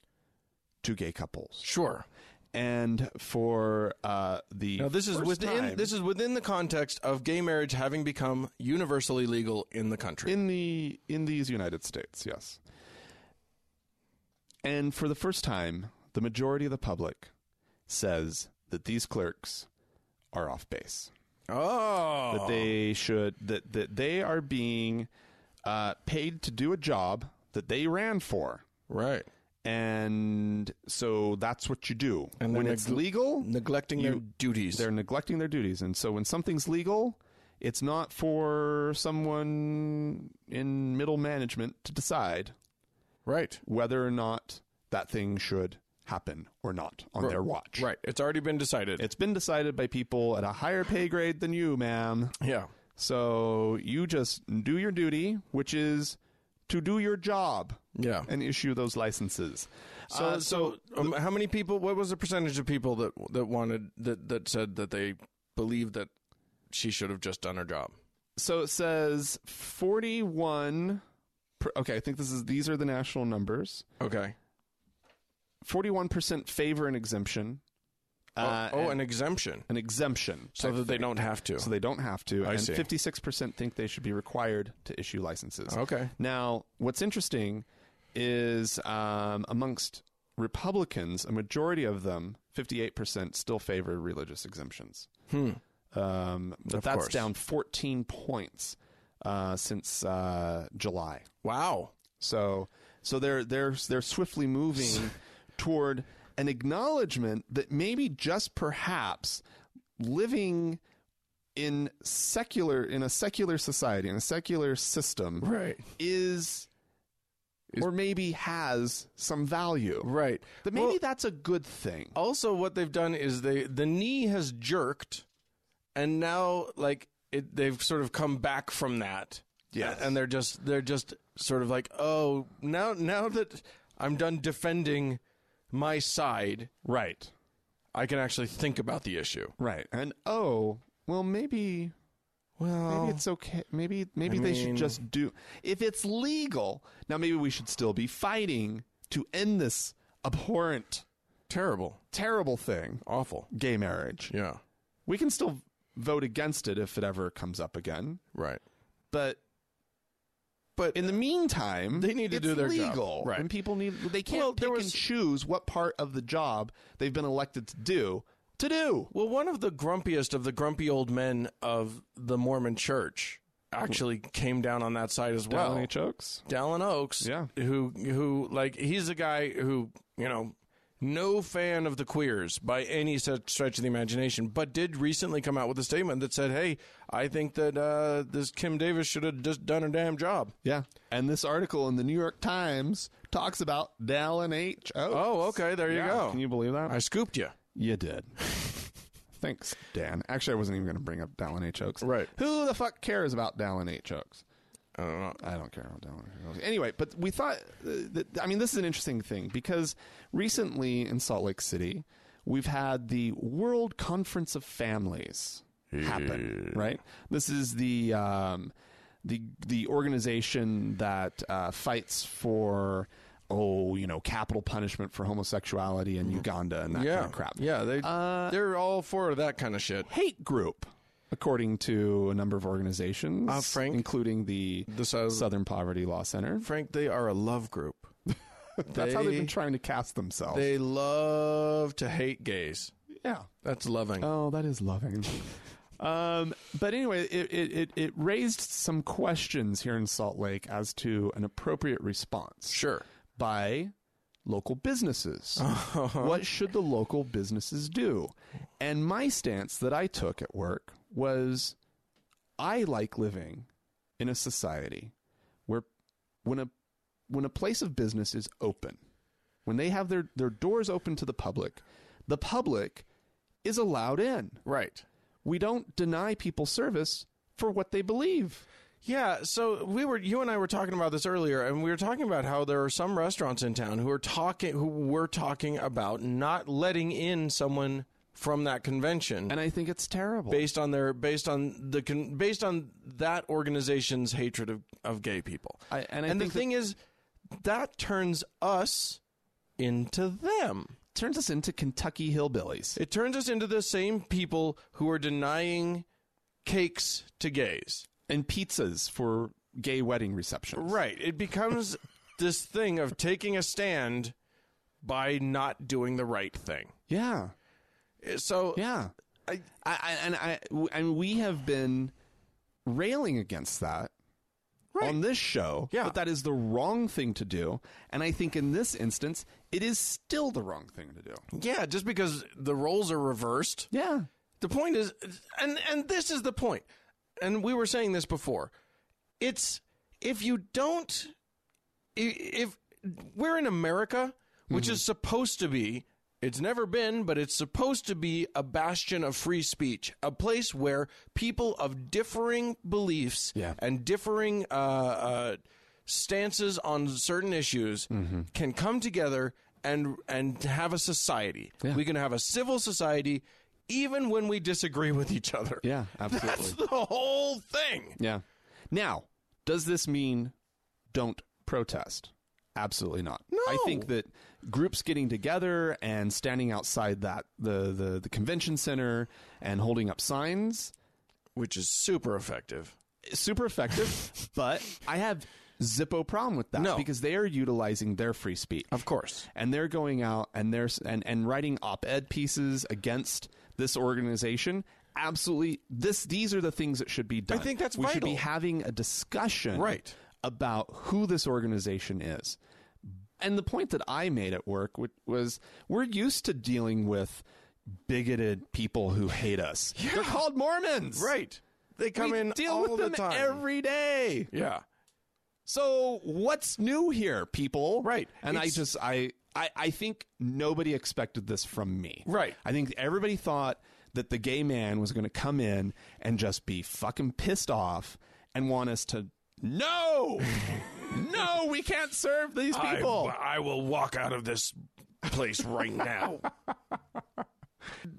Speaker 1: to gay couples?
Speaker 2: Sure.
Speaker 1: And for uh, the
Speaker 2: Now this is
Speaker 1: first
Speaker 2: within
Speaker 1: time
Speaker 2: this is within the context of gay marriage having become universally legal in the country.
Speaker 1: in the in these United States, yes. And for the first time, the majority of the public says that these clerks are off base.
Speaker 2: oh.
Speaker 1: that they should that that they are being uh, paid to do a job that they ran for,
Speaker 2: right.
Speaker 1: and so that's what you do.
Speaker 2: And
Speaker 1: when
Speaker 2: they're
Speaker 1: it's
Speaker 2: neg-
Speaker 1: legal,
Speaker 2: Neglecting their
Speaker 1: you-
Speaker 2: duties.
Speaker 1: they're neglecting their duties, and so when something's legal, it's not for someone in middle management to decide
Speaker 2: right.
Speaker 1: whether or not that thing should happen or not on their watch.
Speaker 2: Right. It's already been decided.
Speaker 1: It's been decided by people at a higher pay grade than you, ma'am.
Speaker 2: yeah.
Speaker 1: So you just do your duty, which is to do your job
Speaker 2: Yeah.
Speaker 1: and issue those licenses.
Speaker 2: So, so um, how many people? What was the percentage of people that that wanted that that said that they believed that she should have just done her job?
Speaker 1: So it says 41 per, okay, I think this is these are the national numbers.
Speaker 2: Okay.
Speaker 1: 41% favor an exemption. uh,
Speaker 2: oh, oh, an exemption,
Speaker 1: an exemption.
Speaker 2: so that they don't have to.
Speaker 1: so they don't have to
Speaker 2: I
Speaker 1: and
Speaker 2: see.
Speaker 1: 56% think they should be required to issue licenses.
Speaker 2: okay.
Speaker 1: Now, what's interesting is um, amongst Republicans, a majority of them, 58%, still favor religious exemptions. Um, but
Speaker 2: Hmm. Of
Speaker 1: that's
Speaker 2: course.
Speaker 1: down 14 points uh, since uh, July.
Speaker 2: Wow.
Speaker 1: So, so they're they're they're swiftly moving toward an acknowledgement that maybe just perhaps living in secular in a secular society in a secular system
Speaker 2: Right.
Speaker 1: is or maybe has some value.
Speaker 2: Right.
Speaker 1: That maybe
Speaker 2: Well-
Speaker 1: that's a good thing.
Speaker 2: Also, what they've done is they the knee has jerked, and now like it, they've sort of come back from that.
Speaker 1: Yes.
Speaker 2: And they're just they're just sort of like, oh, now now that I'm done defending my side,
Speaker 1: Right.
Speaker 2: I can actually think about the issue.
Speaker 1: Right. And oh, well maybe
Speaker 2: Well,
Speaker 1: Maybe it's okay. Maybe maybe
Speaker 2: Oh. I
Speaker 1: they
Speaker 2: mean-
Speaker 1: should just do if it's legal. Now maybe we should still be fighting to end this abhorrent,
Speaker 2: terrible,
Speaker 1: terrible thing,
Speaker 2: awful.
Speaker 1: gay marriage.
Speaker 2: Yeah.
Speaker 1: We can still vote against it if it ever comes up again.
Speaker 2: Right.
Speaker 1: But
Speaker 2: But
Speaker 1: in the meantime,
Speaker 2: They need to
Speaker 1: it's
Speaker 2: do their job.
Speaker 1: legal,
Speaker 2: Right.
Speaker 1: And people need they can't
Speaker 2: Well,
Speaker 1: pick
Speaker 2: there was-
Speaker 1: and choose what part of the job they've been elected to do to do.
Speaker 2: Well, one of the grumpiest of the grumpy old men of the Mormon church actually came down on that side as well.
Speaker 1: chokes.
Speaker 2: Dallin Oaks,
Speaker 1: Yeah.
Speaker 2: who who like he's a guy who you know no fan of the queers by any such stretch of the imagination, but did recently come out with a statement that said, "Hey, I think that uh, this Kim Davis should have just done her damn job."
Speaker 1: Yeah. And this article in the New York Times talks about Dallin H.
Speaker 2: Oh, okay, there you
Speaker 1: Yeah.
Speaker 2: go.
Speaker 1: Can you believe that?
Speaker 2: I scooped you.
Speaker 1: you did. Thanks, Dan. Actually, I wasn't even going to bring up Dallin H. Oaks.
Speaker 2: Right.
Speaker 1: Who the fuck cares about Dallin H. Oaks?
Speaker 2: I don't know.
Speaker 1: I don't care about Dallin H. Oaks. Anyway, but we thought, uh, that, I mean, this is an interesting thing because recently in Salt Lake City, we've had the World Conference of Families happen, right? This is the. Um, the, the organization that uh, fights for oh you know capital punishment for homosexuality in Uganda and that
Speaker 2: Mm-hmm. Yeah,
Speaker 1: kind of crap Uh,
Speaker 2: yeah, they they're all for that kind of shit.
Speaker 1: hate group, according to a number of organizations,
Speaker 2: Uh, Frank?
Speaker 1: including the,
Speaker 2: The Sou-
Speaker 1: Southern Poverty Law Center.
Speaker 2: Frank, they are a love group.
Speaker 1: That's how they've been trying to cast themselves.
Speaker 2: They love to hate gays.
Speaker 1: yeah.
Speaker 2: That's loving.
Speaker 1: Oh, that is loving. um, but anyway, it, it, it, it raised some questions here in Salt Lake as to an appropriate response.
Speaker 2: sure.
Speaker 1: by local businesses. what should the local businesses do? And my stance that I took at work was I like living in a society where when a when a place of business is open, when they have their, their doors open to the public, the public is allowed in.
Speaker 2: Right.
Speaker 1: We don't deny people service for what they believe.
Speaker 2: Yeah, so we were you and I were talking about this earlier, and we were talking about how there are some restaurants in town who are talking who were talking about not letting in someone from that convention
Speaker 1: And I think it's terrible.
Speaker 2: based on their based on the con, based on that organization's hatred of, of gay people.
Speaker 1: I- and I
Speaker 2: the
Speaker 1: think that-
Speaker 2: thing is, that turns us into them.
Speaker 1: turns us into Kentucky hillbillies.
Speaker 2: It turns us into the same people who are denying cakes to gays.
Speaker 1: and pizzas for gay wedding receptions.
Speaker 2: Right. It becomes this thing of taking a stand by not doing the right thing.
Speaker 1: Yeah.
Speaker 2: So
Speaker 1: Yeah. I, I and I and we have been railing against that on this show.
Speaker 2: Yeah.
Speaker 1: But that is the wrong thing to do. And I think in this instance, it is still the wrong thing to do.
Speaker 2: yeah, just because the roles are reversed.
Speaker 1: Yeah.
Speaker 2: The point is and and this is the point. And we were saying this before. It's if you don't i- if we're in America, which is supposed to be it's never been, but it's supposed to be a bastion of free speech, a place where people of differing beliefs
Speaker 1: Yeah.
Speaker 2: and differing uh, uh, stances on certain issues
Speaker 1: Mm-hmm.
Speaker 2: can come together and and have a society. We can have a civil society, even when we disagree with each other.
Speaker 1: Yeah, absolutely.
Speaker 2: That's the whole thing.
Speaker 1: Yeah. Now, does this mean don't protest? Absolutely not. No. I think that groups getting together and standing outside that the the, the convention center and holding up signs
Speaker 2: Which is super effective.
Speaker 1: is super effective, but I have zippo problem with that
Speaker 2: No.
Speaker 1: because they are utilizing their free speech.
Speaker 2: Of course.
Speaker 1: And they're going out and they're s- and, and writing op-ed pieces against this organization. Absolutely, this these are the things that should be done.
Speaker 2: think that's
Speaker 1: we should be
Speaker 2: vital.
Speaker 1: having a discussion
Speaker 2: Right.
Speaker 1: about who this organization is. And the point that I made at work wa- was we're used to dealing with bigoted people who hate us. They're called Mormons.
Speaker 2: Right. They come
Speaker 1: we
Speaker 2: in
Speaker 1: deal
Speaker 2: all
Speaker 1: with
Speaker 2: the
Speaker 1: them
Speaker 2: time.
Speaker 1: every day.
Speaker 2: yeah.
Speaker 1: So what's new here, people?
Speaker 2: Right.
Speaker 1: And
Speaker 2: It's-
Speaker 1: I just I, I I think nobody expected this from me.
Speaker 2: Right.
Speaker 1: I think everybody thought that the gay man was going to come in and just be fucking pissed off and want us to no. no, we can't serve these people.
Speaker 2: I, I will walk out of this place right now.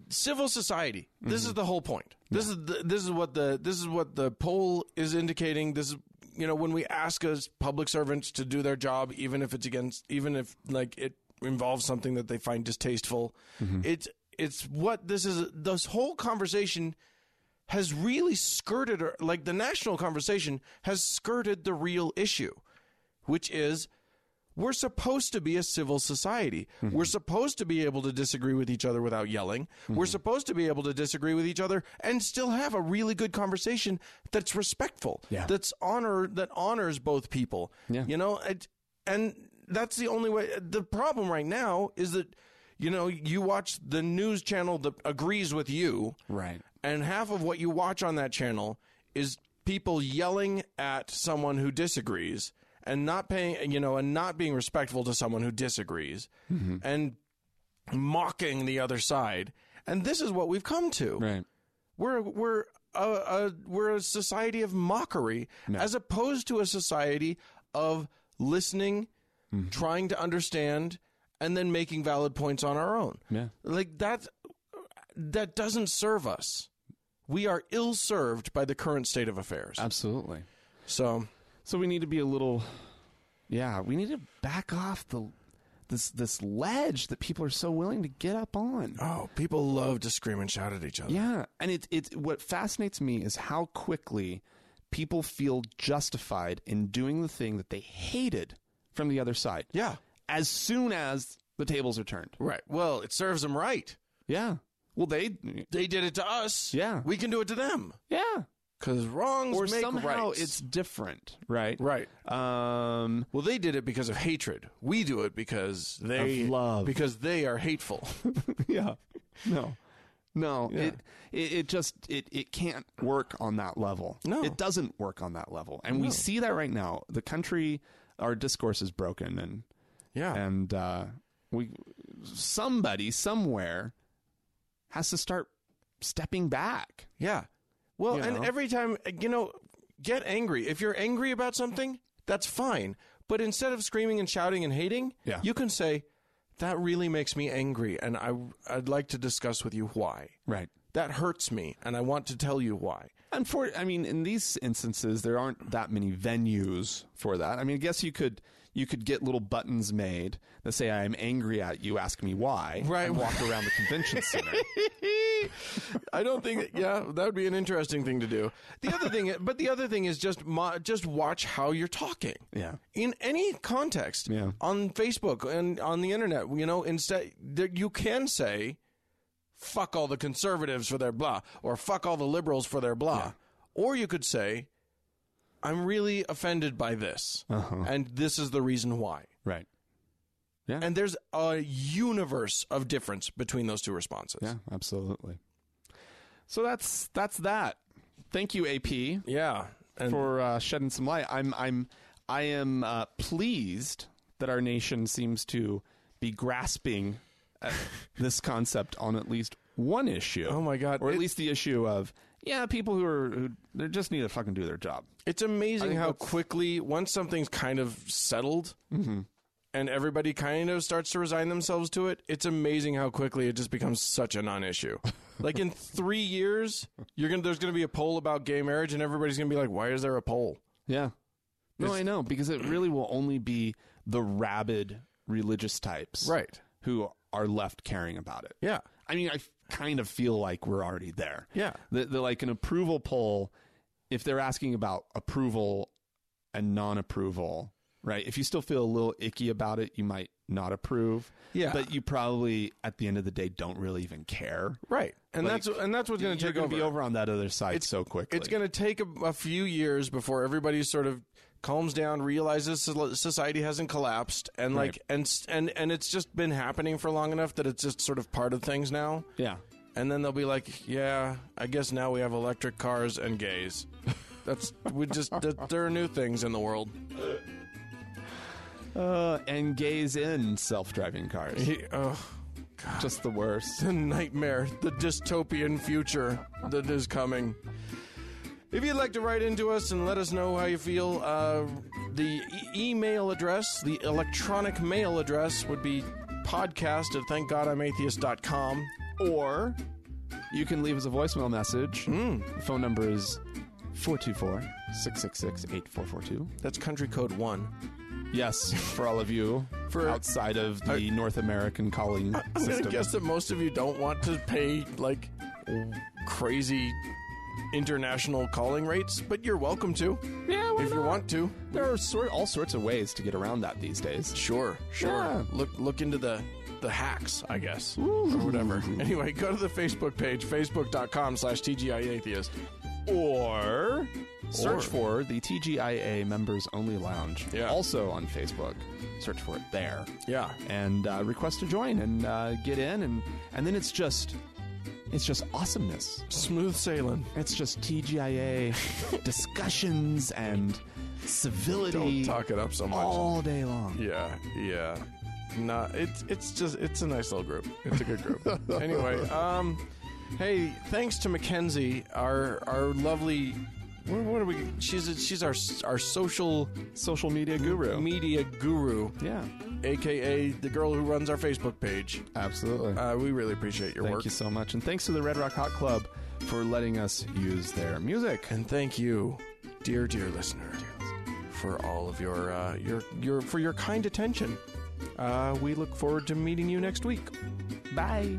Speaker 2: Civil society. This is the whole point. This is the, this is what the this is what the poll is indicating. This is you know when we ask as public servants to do their job, even if it's against, even if like it involves something that they find distasteful. It's it's what this is. This whole conversation has really skirted, or like the national conversation has skirted the real issue, which is we're supposed to be a civil society.
Speaker 1: Mm-hmm.
Speaker 2: We're supposed to be able to disagree with each other without yelling. We're
Speaker 1: Mm-hmm.
Speaker 2: supposed to be able to disagree with each other and still have a really good conversation that's respectful.
Speaker 1: Yeah.
Speaker 2: That's honor that honors both people.
Speaker 1: Yeah.
Speaker 2: You know, it, and that's the only way the problem right now is that you know, you watch the news channel that agrees with you.
Speaker 1: Right.
Speaker 2: And half of what you watch on that channel is people yelling at someone who disagrees and not paying, you know, and not being respectful to someone who disagrees and mocking the other side. And this is what we've come to.
Speaker 1: Right.
Speaker 2: We're we're a, a we're a society of mockery as opposed to a society of listening,
Speaker 1: Mm-hmm.
Speaker 2: trying to understand, and then making valid points on our own.
Speaker 1: Yeah.
Speaker 2: Like that that doesn't serve us. We are ill served by the current state of affairs.
Speaker 1: Absolutely.
Speaker 2: So
Speaker 1: So we need to be a little yeah, we need to back off the this this ledge that people are so willing to get up on.
Speaker 2: Oh, people love to scream and shout at each other.
Speaker 1: Yeah, and it it what fascinates me is how quickly people feel justified in doing the thing that they hated from the other side.
Speaker 2: Yeah.
Speaker 1: As soon as the tables are turned.
Speaker 2: Right. Well, it serves them right.
Speaker 1: Yeah. Well, they
Speaker 2: They did it to us.
Speaker 1: Yeah.
Speaker 2: We can do it to them.
Speaker 1: yeah.
Speaker 2: Because wrongs
Speaker 1: or
Speaker 2: make
Speaker 1: somehow
Speaker 2: rights.
Speaker 1: it's different, right?
Speaker 2: Right.
Speaker 1: Um,
Speaker 2: Well, they did it because of hatred. We do it because they
Speaker 1: Of love.
Speaker 2: because they are hateful.
Speaker 1: yeah. No. No.
Speaker 2: Yeah.
Speaker 1: It, it it just it it can't work on that level.
Speaker 2: No.
Speaker 1: It doesn't work on that level. And we see that right now. The country our discourse is broken and
Speaker 2: yeah.
Speaker 1: and uh we somebody somewhere has to start stepping back.
Speaker 2: Yeah. Well,
Speaker 1: You
Speaker 2: and
Speaker 1: know?
Speaker 2: every time, you know, get angry. If you're angry about something, that's fine. But instead of screaming and shouting and hating,
Speaker 1: Yeah.
Speaker 2: you can say, that really makes me angry. And I, I'd like to discuss with you why.
Speaker 1: Right.
Speaker 2: That hurts me. And I want to tell you why.
Speaker 1: Unfor- I mean, in these instances, there aren't that many venues for that. I mean, I guess you could you could get little buttons made that say "I am angry at you, ask me why,"
Speaker 2: Right.
Speaker 1: and walk around the convention center.
Speaker 2: I don't think. Yeah, that would be an interesting thing to do. The other thing, but the other thing is just mo- just watch how you're talking.
Speaker 1: Yeah.
Speaker 2: In any context.
Speaker 1: Yeah.
Speaker 2: On Facebook and on the internet, you know, instead there, you can say, "Fuck all the conservatives for their blah," or "Fuck all the liberals for their blah," or you could say, "I'm really offended by this,
Speaker 1: Uh-huh.
Speaker 2: and this is the reason why."
Speaker 1: Right.
Speaker 2: And there's a universe of difference between those two responses.
Speaker 1: Yeah, absolutely. So that's that's that. Thank you, AP,
Speaker 2: Yeah. And
Speaker 1: for uh, shedding some light. I'm I'm I am uh, pleased that our nation seems to be grasping uh, this concept on at least one issue.
Speaker 2: Oh my God,
Speaker 1: Or at
Speaker 2: it-
Speaker 1: least the issue of yeah, people who are who they just need to fucking do their job.
Speaker 2: It's amazing how
Speaker 1: that's- Mm-hmm.
Speaker 2: quickly once something's kind of settled and everybody kind of starts to resign themselves to it, it's amazing how quickly it just becomes such a non-issue. like in 3 years, you're going to there's going to be a poll about gay marriage and everybody's going to be like, "Why is there a poll?"
Speaker 1: Yeah. No, I know because it really will only be the rabid religious types,
Speaker 2: Right.
Speaker 1: who are left caring about it.
Speaker 2: Yeah.
Speaker 1: I mean, I f- kind of feel like we're already there.
Speaker 2: Yeah.
Speaker 1: The, the like an approval poll, if they're asking about approval and non-approval, right? If you still feel a little icky about it, you might not approve.
Speaker 2: Yeah.
Speaker 1: But you probably, at the end of the day, don't really even care.
Speaker 2: Right. And
Speaker 1: Like,
Speaker 2: that's and that's what's going to
Speaker 1: You're
Speaker 2: take
Speaker 1: going to
Speaker 2: over.
Speaker 1: be over on that other side so quickly.
Speaker 2: It's going to take a, a few years before everybody sort of calms down, realizes so- society hasn't collapsed, and like and s- and and it's just been happening for long enough that it's just sort of part of things now.
Speaker 1: Yeah.
Speaker 2: And then they'll be like, "Yeah, I guess now we have electric cars and gays." That's we just that, there are new things in the world.
Speaker 1: Uh, and gays in self-driving cars.
Speaker 2: He, oh,
Speaker 1: Just the worst.
Speaker 2: the nightmare, the dystopian future that is coming. If you'd like to write into us and let us know how you feel, uh, the e- email address, the electronic mail address would be podcast at thankgodimatheist.com.
Speaker 1: Or you can leave us a voicemail message. The phone number is 424 666 8442.
Speaker 2: That's country code one.
Speaker 1: Yes, for all of you
Speaker 2: For-
Speaker 1: outside of the North American calling
Speaker 2: I'm going to
Speaker 1: system.
Speaker 2: guess that most of you don't want to pay like crazy international calling rates, but you're welcome to
Speaker 1: yeah, why
Speaker 2: if you
Speaker 1: not?
Speaker 2: want to.
Speaker 1: There are sort, all sorts of ways to get around that these days.
Speaker 2: Sure, sure.
Speaker 1: Yeah.
Speaker 2: Look look into the the hacks, I guess. Or whatever. Anyway, go to the Facebook page, facebook.com slash TGI Atheist.
Speaker 1: Or search for the TGIA Members Only Lounge.
Speaker 2: Yeah.
Speaker 1: Also on Facebook. Search for it there.
Speaker 2: Yeah.
Speaker 1: and uh, request to join and uh, get in and and then it's just it's just awesomeness
Speaker 2: Smooth sailing.
Speaker 1: it's just tgia discussions and civility
Speaker 2: Don't talk it up so much.
Speaker 1: all day long
Speaker 2: Yeah, yeah. Nah, it's it's just it's a nice little group. It's a good group. anyway, um hey, thanks to Mackenzie, our our lovely what, what are we she's a, she's our our social
Speaker 1: social media guru
Speaker 2: media guru,
Speaker 1: yeah
Speaker 2: aka the girl who runs our Facebook page.
Speaker 1: absolutely
Speaker 2: Uh, we really appreciate your
Speaker 1: thank
Speaker 2: work.
Speaker 1: you so much and thanks to the red rock hot club for letting us use their music
Speaker 2: And thank you, dear dear listener, for all of your uh, your your for your kind attention. Uh, we look forward to meeting you next week.
Speaker 1: bye